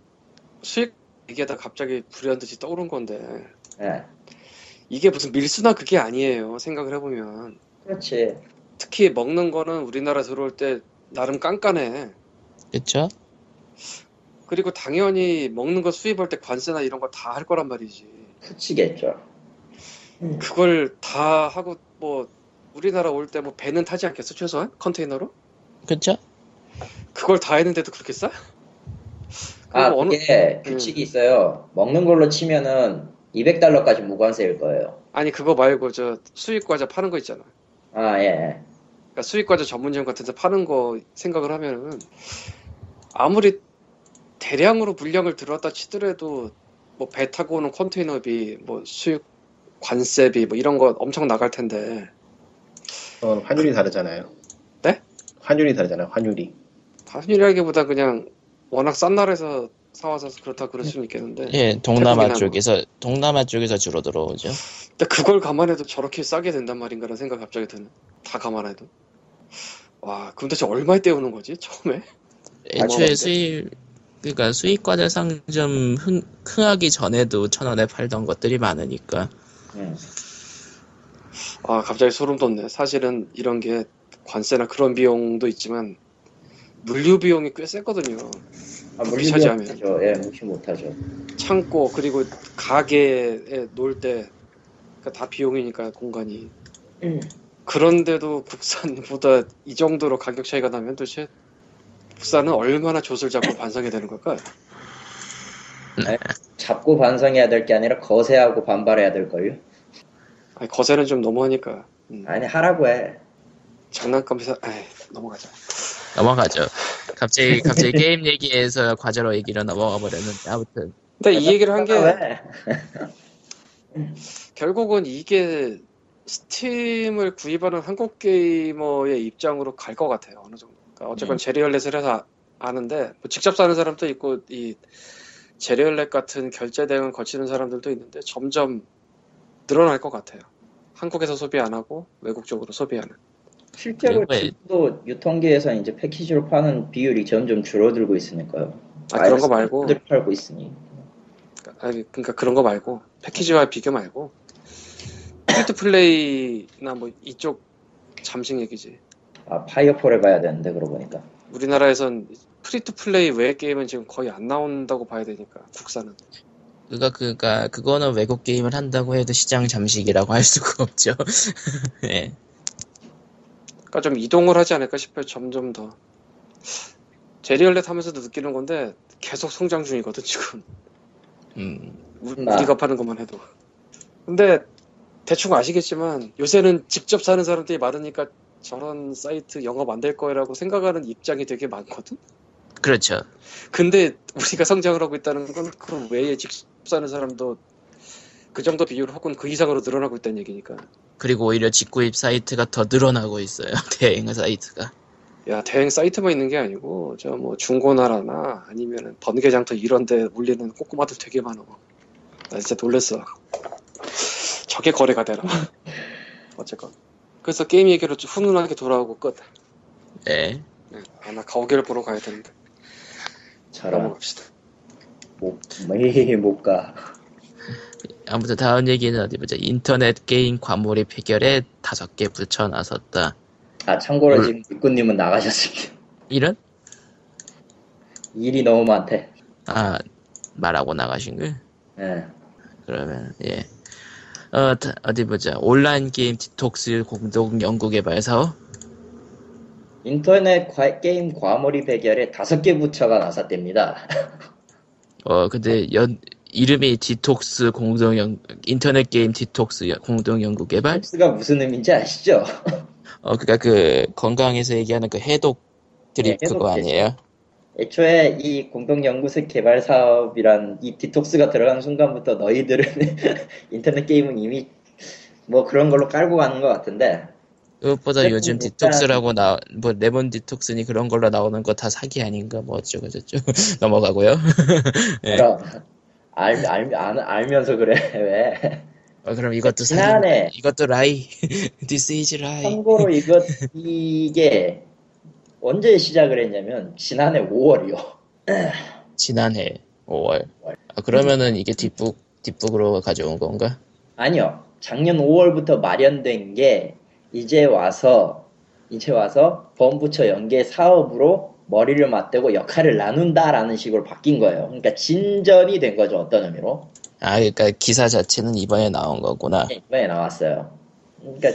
[SPEAKER 3] 수익 얘기하다 갑자기 불현듯이 떠오른 건데
[SPEAKER 2] 예,
[SPEAKER 3] 이게 무슨 밀수나 그게 아니에요 생각을 해보면
[SPEAKER 2] 그렇지.
[SPEAKER 3] 특히 먹는 거는 우리나라 들어올 때 나름 깐깐해
[SPEAKER 1] 그렇죠?
[SPEAKER 3] 그리고 당연히 먹는 거 수입할 때 관세나 이런 거 다 할 거란 말이지
[SPEAKER 2] 푸치겠죠.
[SPEAKER 3] 그걸 다 하고 뭐 우리나라 올 때 뭐 배는 타지 않겠어 최소한 컨테이너로
[SPEAKER 1] 그렇죠?
[SPEAKER 3] 그걸 다 했는데도 그렇게 싸?
[SPEAKER 2] 아,
[SPEAKER 3] 그리고 어느- 음.
[SPEAKER 2] 그게 규칙이 있어요. 먹는 걸로 치면은 200달러까지 무관세일 거예요.
[SPEAKER 3] 아니 그거 말고 저 수입 과자 파는 거 있잖아
[SPEAKER 2] 아, 예, 예.
[SPEAKER 3] 그러니까 수입과자 전문점 같은 데 파는 거 생각을 하면은 아무리 대량으로 물량을 들어왔다 치더라도 뭐 배 타고 오는 컨테이너비 뭐 수입 관세비 뭐 이런 거 엄청 나갈 텐데
[SPEAKER 4] 그건 어, 환율이 다르잖아요.
[SPEAKER 3] 네?
[SPEAKER 4] 환율이 다르잖아요. 환율이.
[SPEAKER 3] 단순이라기보다 그냥 워낙 싼 나라에서 사와서 그렇다 그럴 수는 있겠는데
[SPEAKER 1] 예, 동남아
[SPEAKER 3] 네. 태국이나 뭐.
[SPEAKER 1] 쪽에서 동남아 쪽에서 주로 들어오죠.
[SPEAKER 3] 근데 그걸 감안해도 저렇게 싸게 된단 말인가라는 생각 갑자기 드는 다 감안해도 와 그럼 도대체 얼마에 때우는 거지 처음에
[SPEAKER 1] 애초에
[SPEAKER 3] 먹었는데.
[SPEAKER 1] 수입 그러니까 수입 과자 상점 흥, 흥하기 전에도 천 원에 팔던 것들이 많으니까
[SPEAKER 2] 음.
[SPEAKER 3] 아, 갑자기 소름 돋네. 사실은 이런 게 관세나 그런 비용도 있지만 물류 비용이 꽤 셌거든요.
[SPEAKER 2] 아, 물리지
[SPEAKER 3] 무시하지 않아요.
[SPEAKER 2] 못하죠. 예, 무시 못하죠.
[SPEAKER 3] 창고 그리고 가게에 놀 때 그러니까 다 비용이니까 공간이.
[SPEAKER 2] 음.
[SPEAKER 3] 그런데도 국산보다 이 정도로 가격 차이가 나면 도대체 국산은 얼마나 돛을 잡고 반성이 되는 걸까?
[SPEAKER 2] 잡고 반성해야 될 게 아니라 거세하고 반발해야 될걸요?
[SPEAKER 3] 아니, 거세는 좀 너무하니까. 음,
[SPEAKER 2] 아니 하라고 해.
[SPEAKER 3] 장난감 회사, 에이, 넘어가자.
[SPEAKER 1] 넘어가죠. 갑자기 갑자기 게임 얘기에서 과제로 얘기로 넘어가 버렸는데 아무튼
[SPEAKER 3] 근데 이 얘기를 한 게
[SPEAKER 2] 왜?
[SPEAKER 3] 결국은 이게 스팀을 구입하는 한국 게이머의 입장으로 갈 것 같아요. 어느 정도. 그러니까 어쨌건
[SPEAKER 1] 음.
[SPEAKER 3] 제리얼렛을 해서 아는데 뭐 직접 사는 사람도 있고 이 제리얼렛 같은 결제 대행을 거치는 사람들도 있는데 점점 늘어날 것 같아요. 한국에서 소비 안 하고 외국 쪽으로 소비하는.
[SPEAKER 2] 실제로
[SPEAKER 1] 왜?
[SPEAKER 2] 지금도 유통기에서 이제 패키지로 파는 비율이 점점 줄어들고 있으니까요.
[SPEAKER 3] 아 그런 거 말고
[SPEAKER 2] 들 팔고 있으니.
[SPEAKER 3] 아니, 그러니까 그런 거 말고 패키지와 비교 말고 프리트 플레이나 뭐 이쪽 잠식 얘기지.
[SPEAKER 2] 아 파이어폴에 가야 되는데 그러고 보니까.
[SPEAKER 3] 우리나라에선 프리투 플레이 외 게임은 지금 거의 안 나온다고 봐야 되니까 국산은
[SPEAKER 1] 그거 그러니까 그니까 그거는 외국 게임을 한다고 해도 시장 잠식이라고 할 수가 없죠. 예.
[SPEAKER 3] 그러니까 좀 이동을 하지 않을까 싶어요 점점 더 제리얼렛 하면서도 느끼는 건데 계속 성장 중이거든 지금
[SPEAKER 1] 음.
[SPEAKER 3] 우,
[SPEAKER 2] 나.
[SPEAKER 3] 우리가 파는 것만 해도 근데 대충 아시겠지만 요새는 직접 사는 사람들이 많으니까 저런 사이트 영업 안 될 거라고 생각하는 입장이 되게 많거든
[SPEAKER 1] 그렇죠.
[SPEAKER 3] 근데 우리가 성장을 하고 있다는 건 그 외에 직접 사는 사람도 그 정도 비율 혹은 그 이상으로 늘어나고 있다는 얘기니까
[SPEAKER 1] 그리고 오히려 직구입 사이트가 더 늘어나고 있어요. 대행 사이트가.
[SPEAKER 3] 야 대행 사이트만 있는 게 아니고 저 뭐 중고나라나 아니면 번개장터 이런데 물리는 꼬꼬마들 되게 많아. 나 진짜 놀랬어. 저게 거래가 되나? 어쨌건 그래서 게임 얘기로 좀 훈훈하게 돌아오고 끝.
[SPEAKER 1] 네.
[SPEAKER 3] 아나 가오갤 보러 가야 되는데
[SPEAKER 2] 저런
[SPEAKER 3] 넘어갑시다.
[SPEAKER 2] 못못 가.
[SPEAKER 1] 아무튼 다음 얘기는 어디 보자. 인터넷 게임 과몰입 해결에 다섯 개 붙여놨었다.
[SPEAKER 2] 아 참고로
[SPEAKER 1] 뭘.
[SPEAKER 2] 지금 육군님은 나가셨습니다.
[SPEAKER 1] 이런?
[SPEAKER 2] 일이 너무 많대.
[SPEAKER 1] 아 말하고 나가신 거?
[SPEAKER 2] 예.
[SPEAKER 1] 그러면 예. 어 다- 어디 보자. 온라인 게임 디톡스 공동 연구 개발 사업.
[SPEAKER 2] 인터넷 과- 게임 과몰입 해결에 다섯 개 부처가 나섰답니다.
[SPEAKER 1] 어 근데 연 이름이 디톡스 공동 연 인터넷 게임 디톡스 연- 공동 연구 개발.
[SPEAKER 2] 헬스가 무슨 의미인지 아시죠?
[SPEAKER 1] 어 그러니까 그 건강에서 얘기하는 그 해독 드립
[SPEAKER 2] 네, 해독
[SPEAKER 1] 그거
[SPEAKER 2] 드립.
[SPEAKER 1] 아니에요?
[SPEAKER 2] 애초에 이 공동연구소 개발 사업이란 이 디톡스가 들어간 순간부터 너희들은 인터넷 게임은 이미 뭐 그런 걸로 깔고 가는 것 같은데
[SPEAKER 1] 그것보다
[SPEAKER 2] 어쨌든
[SPEAKER 1] 요즘
[SPEAKER 2] 네, 일단-
[SPEAKER 1] 디톡스라고 나뭐 레몬 디톡스니 그런 걸로 나오는 거 다 사기 아닌가 뭐 어쩌고 저쩌고 넘어가고요. 네.
[SPEAKER 2] 그럼 알, 알, 안- 알면서 그래 왜
[SPEAKER 1] 어, 그럼 이것도 사기.
[SPEAKER 2] 지난해-
[SPEAKER 1] 이것도 라이. This is 라이.
[SPEAKER 2] 참고로 이거 이게 언제 시작을 했냐면 지난해 5월이요
[SPEAKER 1] 지난해 5월. 아, 그러면은 이게 뒷북 뒷북으로 가져온 건가?
[SPEAKER 2] 아니요. 작년 5월부터 마련된 게 이제 와서 이제 와서 범부처 연계 사업으로 머리를 맞대고 역할을 나눈다라는 식으로 바뀐 거예요. 그러니까 진전이 된 거죠. 어떤 의미로?
[SPEAKER 1] 아, 그러니까 기사 자체는 이번에 나온 거구나.
[SPEAKER 2] 네, 이번에 나왔어요. 그러니까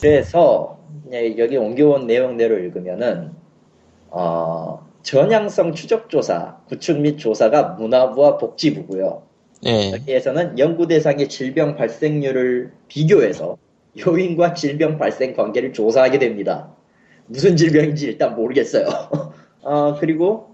[SPEAKER 2] 그래서 네, 여기 옮겨온 내용대로 읽으면은 어, 전향성 추적 조사, 구축 및 조사가 문화부와 복지부고요. 네.
[SPEAKER 1] 예.
[SPEAKER 2] 여기에서는 연구 대상의 질병 발생률을 비교해서 요인과 질병 발생 관계를 조사하게 됩니다. 무슨 질병인지 일단 모르겠어요. 어, 그리고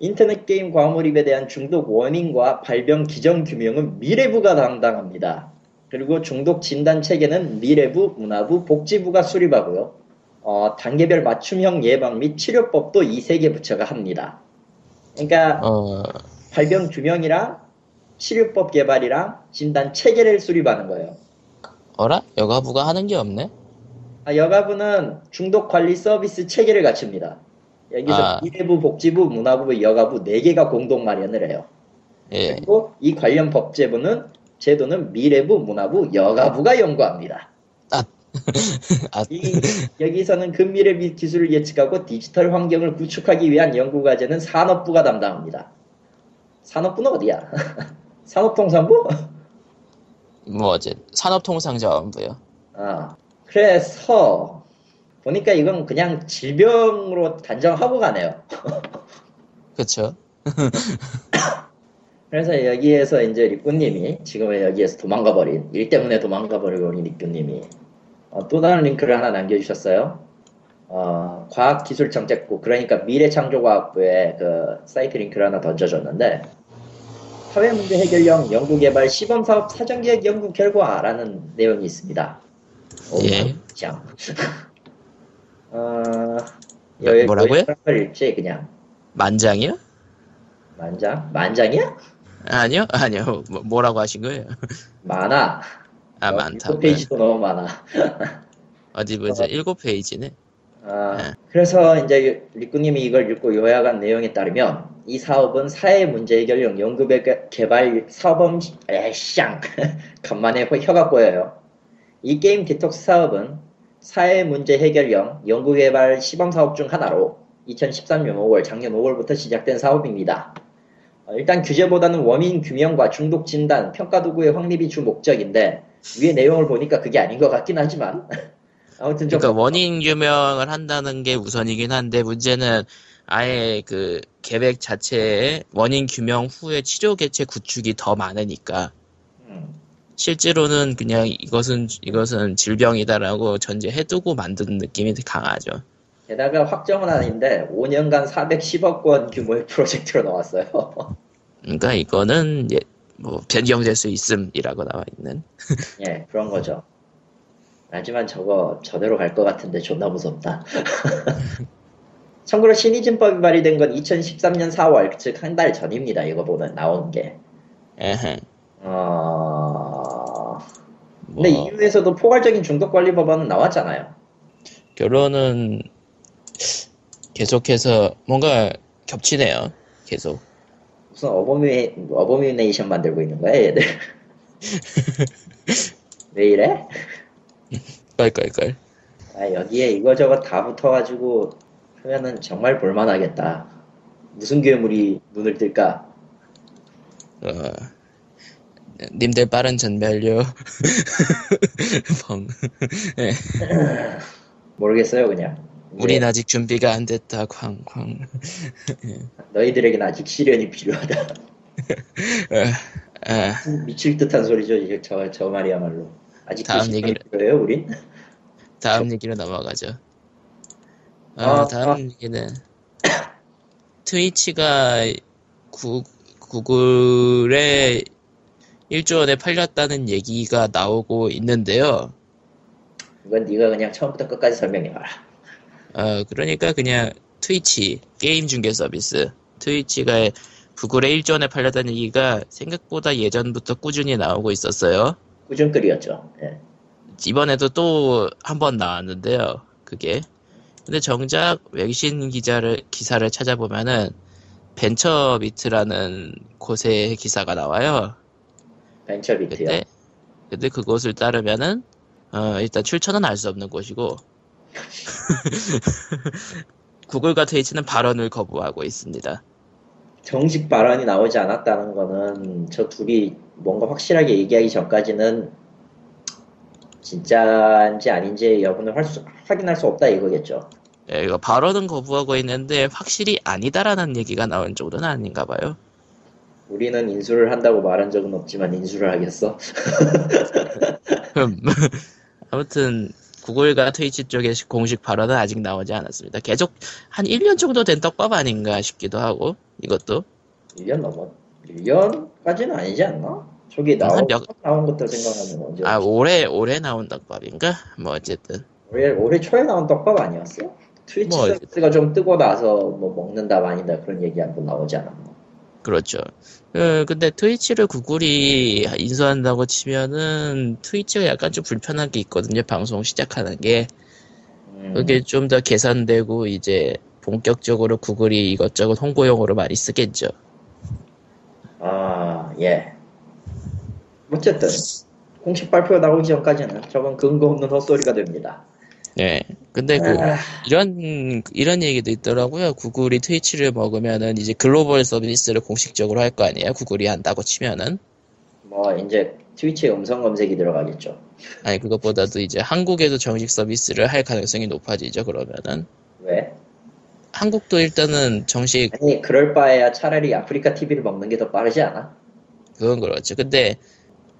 [SPEAKER 2] 인터넷 게임 과몰입에 대한 중독 원인과 발병 기정 규명은 미래부가 담당합니다. 그리고 중독 진단 체계는 미래부, 문화부, 복지부가 수립하고요. 어, 단계별 맞춤형 예방 및 치료법도 이 세 개 부처가 합니다. 그러니까
[SPEAKER 1] 어,
[SPEAKER 2] 발병 규명이랑 치료법 개발이랑 진단 체계를 수립하는 거예요.
[SPEAKER 1] 어라? 여가부가 하는 게 없네?
[SPEAKER 2] 아, 여가부는 중독 관리 서비스 체계를 갖춥니다.
[SPEAKER 1] 아.
[SPEAKER 2] 여기서 미래부, 복지부, 문화부, 여가부 네 개가 공동 마련을 해요.
[SPEAKER 1] 예.
[SPEAKER 2] 그리고 이 관련 법제부는 제도는 미래부, 문화부, 여가부가 연구합니다.
[SPEAKER 1] 아,
[SPEAKER 2] 이, 여기서는 근미래 미- 기술을 예측하고 디지털 환경을 구축하기 위한 연구 과제는 산업부가 담당합니다. 산업부는 어디야? 산업통상부?
[SPEAKER 1] 뭐 어제 산업통상자원부요.
[SPEAKER 2] 아, 그래서 보니까 이건 그냥 질병으로 단정하고 가네요.
[SPEAKER 1] 그쵸?
[SPEAKER 2] 그래서 여기에서 이제 리꾸님이 지금은 여기에서 도망가 버린 일 때문에 도망가 버리고 우리 리꾸님이 어, 또 다른 링크를 하나 남겨주셨어요. 어, 과학기술정책국 그러니까 미래창조과학부의 그 사이트 링크를 하나 던져줬는데 사회문제 해결형 연구개발 시범사업 사전계획 연구 결과라는 내용이 있습니다. 오,
[SPEAKER 1] 예.
[SPEAKER 2] 참. 어, 여기
[SPEAKER 1] 뭐라고요?
[SPEAKER 2] 걸 읽지 그냥
[SPEAKER 1] 만장이요?
[SPEAKER 2] 만장 만장이야?
[SPEAKER 1] 아니요, 아니요. 뭐- 뭐라고 하신 거예요?
[SPEAKER 2] 많아.
[SPEAKER 1] 아,
[SPEAKER 2] 어,
[SPEAKER 1] 많다.
[SPEAKER 2] 일곱 페이지도 너무 많아.
[SPEAKER 1] 어디 보자. 일곱 페이지네.
[SPEAKER 2] 아,
[SPEAKER 1] 네.
[SPEAKER 2] 그래서 이제 리꾸님이 이걸 읽고 요약한 내용에 따르면 이 사업은 사회 문제 해결용 연구배 개발 사범 에쌍 간만에 혀- 혀가 꼬여요. 이 게임 디톡스 사업은 사회 문제 해결형 연구 개발 시범 사업 중 하나로 2013년 5월 작년 5월부터 시작된 사업입니다. 어, 일단 규제보다는 원인 규명과 중독 진단, 평가 도구의 확립이 주 목적인데 위의 내용을 보니까 그게 아닌 것 같긴 하지만 아무튼 좀
[SPEAKER 1] 그러니까 원인 규명을 한다는 게 우선이긴 한데 문제는 아예 그 계획 자체에 원인 규명 후에 치료 개체 구축이 더 많으니까
[SPEAKER 2] 음.
[SPEAKER 1] 실제로는 그냥 이것은 이것은 질병이다라고 전제해두고 만든 느낌이 강하죠.
[SPEAKER 2] 게다가 확정은 아닌데 5년간 410억 원 규모의 프로젝트로 나왔어요.
[SPEAKER 1] 그러니까 이거는 예, 뭐 변경될 수 있음이라고 나와 있는.
[SPEAKER 2] 예, 그런 거죠. 하지만 저거 저대로 갈 것 같은데 존나 무섭다. 참고로 신의진법이 발의된 건 2013년 4월, 즉 한 달 전입니다. 이거 보면 나온 게.
[SPEAKER 1] 에헤.
[SPEAKER 2] 어...
[SPEAKER 1] 뭐
[SPEAKER 2] 근데 EU에서도 포괄적인 중독관리 법안은 나왔잖아요.
[SPEAKER 1] 결론은 계속해서 뭔가 겹치네요. 계속.
[SPEAKER 2] 무슨 어버미, 어버미네이션 만들고 있는 거야 얘들? 왜 이래?
[SPEAKER 1] 깔깔깔.
[SPEAKER 2] 아, 여기에 이거저거 다 붙어가지고 하면은 정말 볼만하겠다. 무슨 괴물이 눈을 뜰까?
[SPEAKER 1] 어, 님들 빠른 전멸요. 펑. 예.
[SPEAKER 2] 모르겠어요, 그냥. 이제
[SPEAKER 1] 우린 아직 준비가 안 됐다. 쾅쾅.
[SPEAKER 2] 너희들에겐 아직 시련이 필요하다.
[SPEAKER 1] 어, 어.
[SPEAKER 2] 미칠 듯한 소리죠, 이제 저, 저 말이야말로. 아직도
[SPEAKER 1] 다음
[SPEAKER 2] 시련이
[SPEAKER 1] 얘기를-
[SPEAKER 2] 필요해요, 우린?
[SPEAKER 1] 다음 얘기로 넘어가죠. 어,
[SPEAKER 2] 아,
[SPEAKER 1] 다음
[SPEAKER 2] 아.
[SPEAKER 1] 얘기는 트위치가 구, 구글에 1조 원에 팔렸다는 얘기가 나오고 있는데요.
[SPEAKER 2] 이건 네가 그냥 처음부터 끝까지 설명해봐라.
[SPEAKER 1] 어, 그러니까 그냥 트위치, 게임 중계 서비스, 트위치가 구글에 1조 원에 팔렸다는 얘기가 생각보다 예전부터 꾸준히 나오고 있었어요.
[SPEAKER 2] 꾸준끌이었죠. 예.
[SPEAKER 1] 이번에도 또 한 번 나왔는데요. 그게. 근데 정작 외신 기자를 기사를 찾아보면은 벤처비트라는 곳의 기사가 나와요.
[SPEAKER 2] 벤처비트요.
[SPEAKER 1] 근데 네. 근데 그곳을 따르면은 어, 일단 출처는 알 수 없는 곳이고 구글과 트위치는 발언을 거부하고 있습니다.
[SPEAKER 2] 정식 발언이 나오지 않았다는 거는 저 둘이 뭔가 확실하게 얘기하기 전까지는 진짜인지 아닌지 여부는 할 수- 확인할 수 없다 이거겠죠.
[SPEAKER 1] 예, 이거 발언은 거부하고 있는데 확실히 아니다라는 얘기가 나온 쪽은 아닌가 봐요.
[SPEAKER 2] 우리는 인수를 한다고 말한 적은 없지만 인수를 하겠어.
[SPEAKER 1] 흠. 아무튼 구글과 트위치 쪽의 공식 발언은 아직 나오지 않았습니다. 계속 한 1년 정도 된 떡밥 아닌가 싶기도 하고 이것도
[SPEAKER 2] 1년 넘었. 1년까지는 아니지 않나? 저기
[SPEAKER 1] 한
[SPEAKER 2] 나온,
[SPEAKER 1] 몇-
[SPEAKER 2] 나온 것들 생각하면 언제?
[SPEAKER 1] 아 올해 올해 나온 떡밥인가 뭐 어쨌든
[SPEAKER 2] 올해, 올해 초에 나온 떡밥 아니었어요? 트위치
[SPEAKER 1] 뭐,
[SPEAKER 2] 서비스가 좀 뜨고 나서 뭐 먹는다 마니다 그런 얘기 한번 나오지 않았나?
[SPEAKER 1] 그렇죠. 그 근데 트위치를 구글이 인수한다고 치면은 트위치가 약간 좀 불편한 게 있거든요. 방송 시작하는 게
[SPEAKER 2] 음,
[SPEAKER 1] 그게 좀 더 개선되고 이제 본격적으로 구글이 이것저것 홍보용으로 많이 쓰겠죠.
[SPEAKER 2] 아, 예. 어쨌든 공식 발표 나오기 전까지는 저건 근거 없는 헛소리가 됩니다.
[SPEAKER 1] 예. 근데 그
[SPEAKER 2] 아.
[SPEAKER 1] 이런 이런 얘기도 있더라고요. 구글이 트위치를 먹으면은 이제 글로벌 서비스를 공식적으로 할 거 아니에요. 구글이 한다고 치면은
[SPEAKER 2] 뭐 이제 트위치에 음성 검색이 들어가겠죠.
[SPEAKER 1] 아니 그것보다도 이제 한국에도 정식 서비스를 할 가능성이 높아지죠. 그러면은
[SPEAKER 2] 왜?
[SPEAKER 1] 한국도 일단은 정식
[SPEAKER 2] 아니 그럴 바에야 차라리 아프리카 TV를 먹는 게 더 빠르지 않아?
[SPEAKER 1] 그건 그렇지. 근데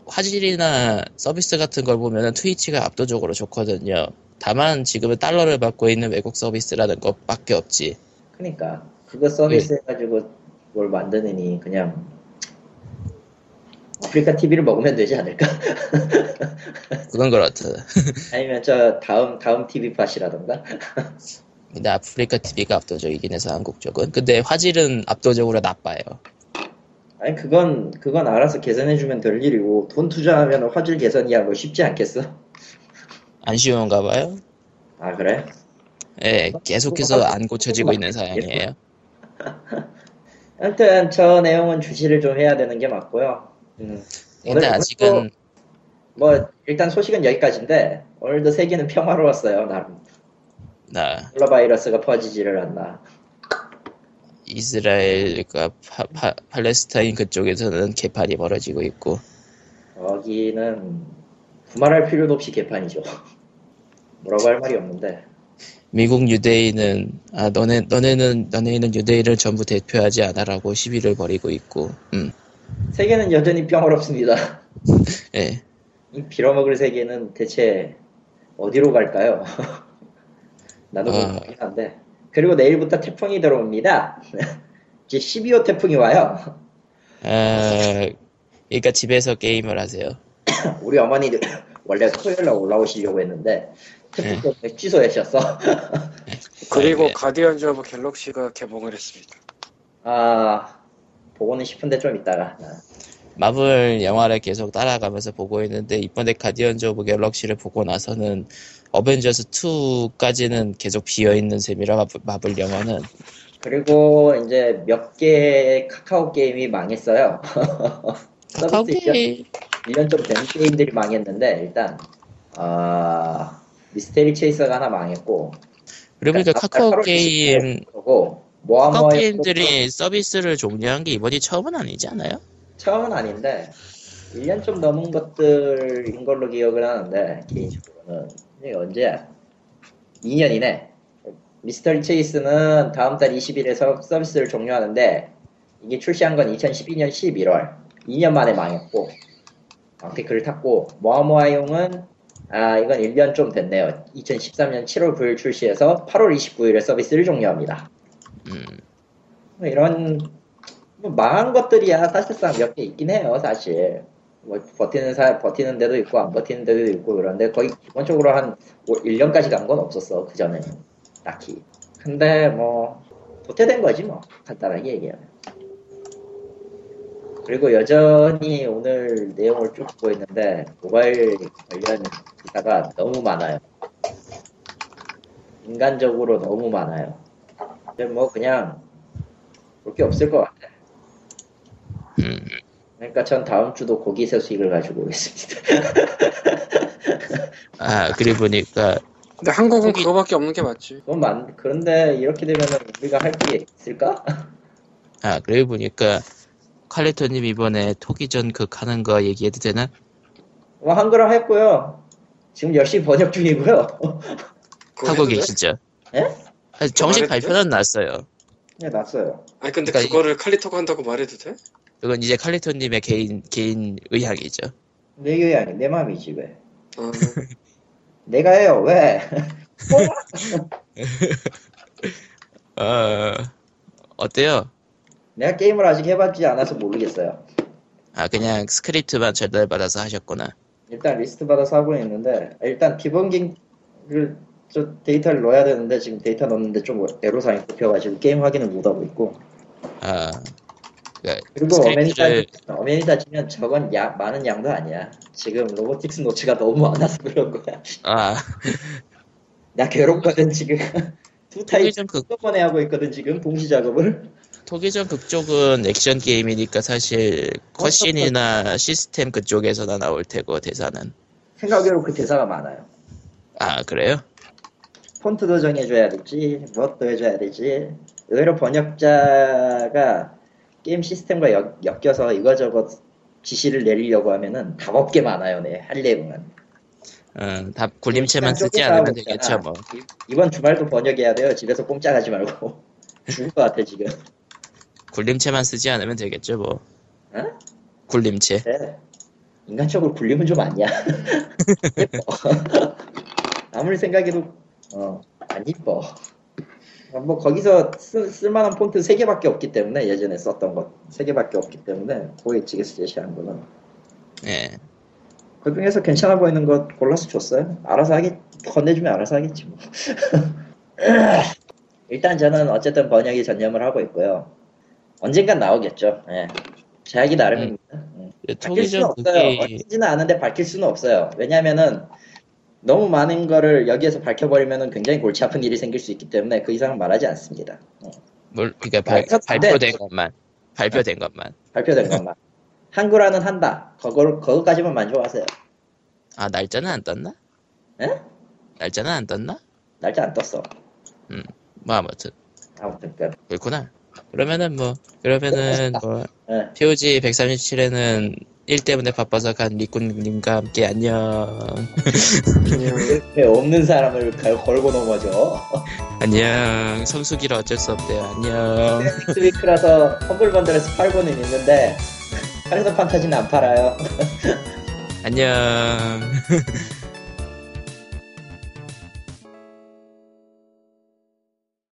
[SPEAKER 1] 화질이나 서비스 같은 걸 보면은 트위치가 압도적으로 좋거든요. 다만 지금은 달러를 받고 있는 외국 서비스라는 것밖에 없지.
[SPEAKER 2] 그러니까 그거 서비스 해가지고 뭘 만드느니 그냥 아프리카 TV를 먹으면 되지 않을까?
[SPEAKER 1] 그건 그렇다.
[SPEAKER 2] 아니면 저 다음 다음 TV 팟이라던가
[SPEAKER 1] 근데 아프리카 TV가 압도적이긴 해서 한국 쪽은. 근데 화질은 압도적으로 나빠요.
[SPEAKER 2] 아니 그건 그건 알아서 개선해주면 될 일이고 돈 투자하면 화질 개선이야 뭐 쉽지 않겠어?
[SPEAKER 1] 안 쉬운가 봐요.
[SPEAKER 2] 아 그래?
[SPEAKER 1] 예, 계속해서 안 고쳐지고 있는 사양이에요.
[SPEAKER 2] 아무튼 저 내용은 주시를 좀 해야 되는 게 맞고요. 음.
[SPEAKER 1] 근데 아직은
[SPEAKER 2] 뭐 일단 소식은 여기까지인데 오늘도 세계는 평화로웠어요 나름.
[SPEAKER 1] 나
[SPEAKER 2] 콜라 바이러스가 퍼지지를 않나.
[SPEAKER 1] 이스라엘과 파, 파, 팔레스타인 그쪽에서는 개판이 벌어지고 있고
[SPEAKER 2] 여기는 구말할 필요도 없이 개판이죠. 뭐라고 할 말이 없는데
[SPEAKER 1] 미국 유대인은 아 너네 너네는 너네는 유대인을 전부 대표하지 않아라고 시위를 벌이고 있고 음,
[SPEAKER 2] 세계는 여전히 평화롭습니다.
[SPEAKER 1] 예.
[SPEAKER 2] 이 빌어먹을 세계는 대체 어디로 갈까요? 나도
[SPEAKER 1] 아.
[SPEAKER 2] 모르긴 한데 그리고 내일부터 태풍이 들어옵니다. 이제 12호 태풍이 와요.
[SPEAKER 1] 아, 그러니까 집에서 게임을 하세요.
[SPEAKER 2] 우리 어머니도 원래 토요일 날 올라오시려고 했는데 태풍
[SPEAKER 1] 네.
[SPEAKER 2] 때문에 취소하셨어.
[SPEAKER 3] 그리고
[SPEAKER 1] 아이고.
[SPEAKER 3] 가디언즈 오브 갤럭시가 개봉을 했습니다.
[SPEAKER 2] 아 보고는 싶은데 좀 이따가
[SPEAKER 1] 마블 영화를 계속 따라가면서 보고 있는데 이번에 가디언즈 오브 갤럭시를 보고 나서는 어벤져스 2까지는 계속 비어 있는 셈이라 마블, 마블 영화는
[SPEAKER 2] 그리고 이제 몇 개의 카카오 게임이 망했어요.
[SPEAKER 1] 카카오 게임
[SPEAKER 2] 1년 좀 된 게임들이 망했는데 일단 아 미스테리 체이서가 하나 망했고
[SPEAKER 1] 그러니까 네. 카카오 게임
[SPEAKER 2] 고
[SPEAKER 1] 카카오
[SPEAKER 2] 모아모의
[SPEAKER 1] 게임들이 서비스를 종료한 게 이번이 처음은 아니지 않아요?
[SPEAKER 2] 처음은 아닌데 1년 좀 넘은 것들인 걸로 기억을 하는데 개인적으로는 이게 언제야? 2년이네. 미스터리 체이스는 다음 달 20일에서 서비스를 종료하는데 이게 출시한 건 2012년 11월. 2년 만에 망했고 앙테크를 탔고 모아모아용은 아 이건 1년 좀 됐네요. 2013년 7월 9일 출시해서 8월 29일에 서비스를 종료합니다.
[SPEAKER 1] 음.
[SPEAKER 2] 뭐 이런 뭐 망한 것들이야 사실상 몇 개 있긴 해요 사실 뭐 버티는 사 버티는 데도 있고 안 버티는 데도 있고 그런데 거의 기본적으로 한 1년까지 간 건 없었어 그 전에는 딱히 근데 뭐 도태된 거지 뭐 간단하게 얘기하면 그리고 여전히 오늘 내용을 쭉 보고 있는데 모바일 관련 기사가 너무 많아요 인간적으로 너무 많아요 근데 뭐 그냥 볼 게 없을 것 같아.
[SPEAKER 1] 음.
[SPEAKER 2] 그러니까 전 다음 주도 고기 세수익을 가지고 오겠습니다.
[SPEAKER 1] 아, 그리 보니까
[SPEAKER 3] 근데 한국은
[SPEAKER 1] 거기-
[SPEAKER 3] 그거밖에 없는 게 맞지.
[SPEAKER 2] 그건 만, 그런데 이렇게 되면은 우리가 할 게 있을까?
[SPEAKER 1] 아, 그리 보니까 칼리토님 이번에 토기전 극 하는 거 얘기해도 되나?
[SPEAKER 2] 뭐 한글화 했고요. 지금 열심히 번역 중이고요.
[SPEAKER 3] 그거
[SPEAKER 1] 하고
[SPEAKER 3] 해도 돼?
[SPEAKER 1] 계시죠?
[SPEAKER 2] 예?
[SPEAKER 1] 아, 정식
[SPEAKER 3] 말해도
[SPEAKER 1] 발표는 났어요.
[SPEAKER 2] 네, 났어요.
[SPEAKER 3] 아니 근데
[SPEAKER 1] 그러니까 이-
[SPEAKER 3] 그거를 칼리터가 한다고 말해도 돼?
[SPEAKER 1] 그건 이제 칼리토님의 개인 개인 의향이죠.
[SPEAKER 2] 내 의향이 내 마음이지 왜?
[SPEAKER 3] 어,
[SPEAKER 2] 내가 해요 왜?
[SPEAKER 1] 어,
[SPEAKER 3] 아.
[SPEAKER 1] 어때요?
[SPEAKER 2] 내가 게임을 아직 해봤지 않아서 모르겠어요.
[SPEAKER 1] 아, 그냥 스크립트만 전달받아서 하셨구나.
[SPEAKER 2] 일단 리스트 받아서 하고 있는데 일단 디버깅을 저 데이터를 넣어야 되는데 지금 데이터 넣는데 좀 애로사항이 꼽혀가지고 게임 확인을 못하고 있고
[SPEAKER 1] 아, 그러니까
[SPEAKER 2] 그리고 어메니
[SPEAKER 1] 스크립트를
[SPEAKER 2] 따지면, 어메니 따지면 저건 야- 많은 양도 아니야. 지금 로보틱스 노치가 너무 많아서 그런 거야.
[SPEAKER 1] 아,
[SPEAKER 2] 나 괴롭거든 지금. 두 타입
[SPEAKER 1] 토기전 극
[SPEAKER 2] 한꺼번에 하고 있거든 지금 동시 작업을.
[SPEAKER 1] 토기전 극쪽은 액션 게임이니까 사실
[SPEAKER 3] 어,
[SPEAKER 1] 컷신이나 시스템 그쪽에서나 나올 테고 대사는
[SPEAKER 2] 생각외로 그 대사가 많아요.
[SPEAKER 1] 아 그래요?
[SPEAKER 2] 폰트도 정해줘야 되지, 무엇도 해줘야 되지. 의외로 번역자가 게임 시스템과 엮, 엮여서 이것저것 지시를 내리려고 하면은 답없게 많아요, 네, 할 내용은.
[SPEAKER 1] 음, 답 굴림체만
[SPEAKER 2] 일단
[SPEAKER 1] 쓰지
[SPEAKER 2] 쪼개서 하고
[SPEAKER 1] 않으면
[SPEAKER 2] 있잖아.
[SPEAKER 1] 되겠죠 뭐.
[SPEAKER 2] 이번 주말도 번역해야 돼요, 집에서 꼼짝하지 말고. 죽을 것 같아 지금.
[SPEAKER 1] 굴림체만 쓰지 않으면 되겠죠 뭐
[SPEAKER 2] 응?
[SPEAKER 1] 굴림체
[SPEAKER 2] 네. 인간적으로 굴림은 좀 아니야. 예뻐. 아무리 생각해도 어, 안 이뻐. 아, 뭐 거기서 쓰, 쓸만한 폰트 3개밖에 없기 때문에 예전에 썼던 것 3개밖에 없기 때문에 고객측에서 제시한 거는
[SPEAKER 1] 예
[SPEAKER 2] 그 중에서 괜찮아 보이는 것 골라서 줬어요. 알아서 하겠, 건네주면 알아서 하겠지 뭐. 일단 저는 어쨌든 번역에 전념을 하고 있고요. 언젠간 나오겠죠. 예. 제약이 나름입니다. 음. 밝힐
[SPEAKER 1] 토기전
[SPEAKER 2] 수는 없어요.
[SPEAKER 1] 그게
[SPEAKER 2] 어지지는 않은데 밝힐 수는 없어요. 왜냐면은 너무 많은 거를 여기에서 밝혀버리면은 굉장히 골치 아픈 일이 생길 수 있기 때문에 그 이상은 말하지 않습니다. 어,
[SPEAKER 1] 뭘 그러니까 발,
[SPEAKER 2] 그래서
[SPEAKER 1] 발표된
[SPEAKER 2] 근데-
[SPEAKER 1] 것만 발표된 것만
[SPEAKER 2] 발표된 것만. 한글화는 한다. 그걸, 그것까지만 만족하세요.
[SPEAKER 1] 아 날짜는 안 떴나?
[SPEAKER 2] 예?
[SPEAKER 1] 날짜는 안 떴나?
[SPEAKER 2] 날짜 안 떴어.
[SPEAKER 1] 뭐 아무튼
[SPEAKER 2] 아무튼 끝.
[SPEAKER 1] 그렇구나 그러면은 뭐
[SPEAKER 2] 네,
[SPEAKER 1] 그러면은 뭐
[SPEAKER 2] 예.
[SPEAKER 1] POG 137에는 일 때문에 바빠서 간 리꾼님과 함께 안녕
[SPEAKER 2] 왜 없는 사람을 걸- 걸고 넘어져.
[SPEAKER 1] 안녕 성수기라 어쩔 수 없대요 안녕
[SPEAKER 2] 네. 빅스위크라서 험블번들에서 팔고는 있는데 카리더 판타지는 안 팔아요.
[SPEAKER 1] 안녕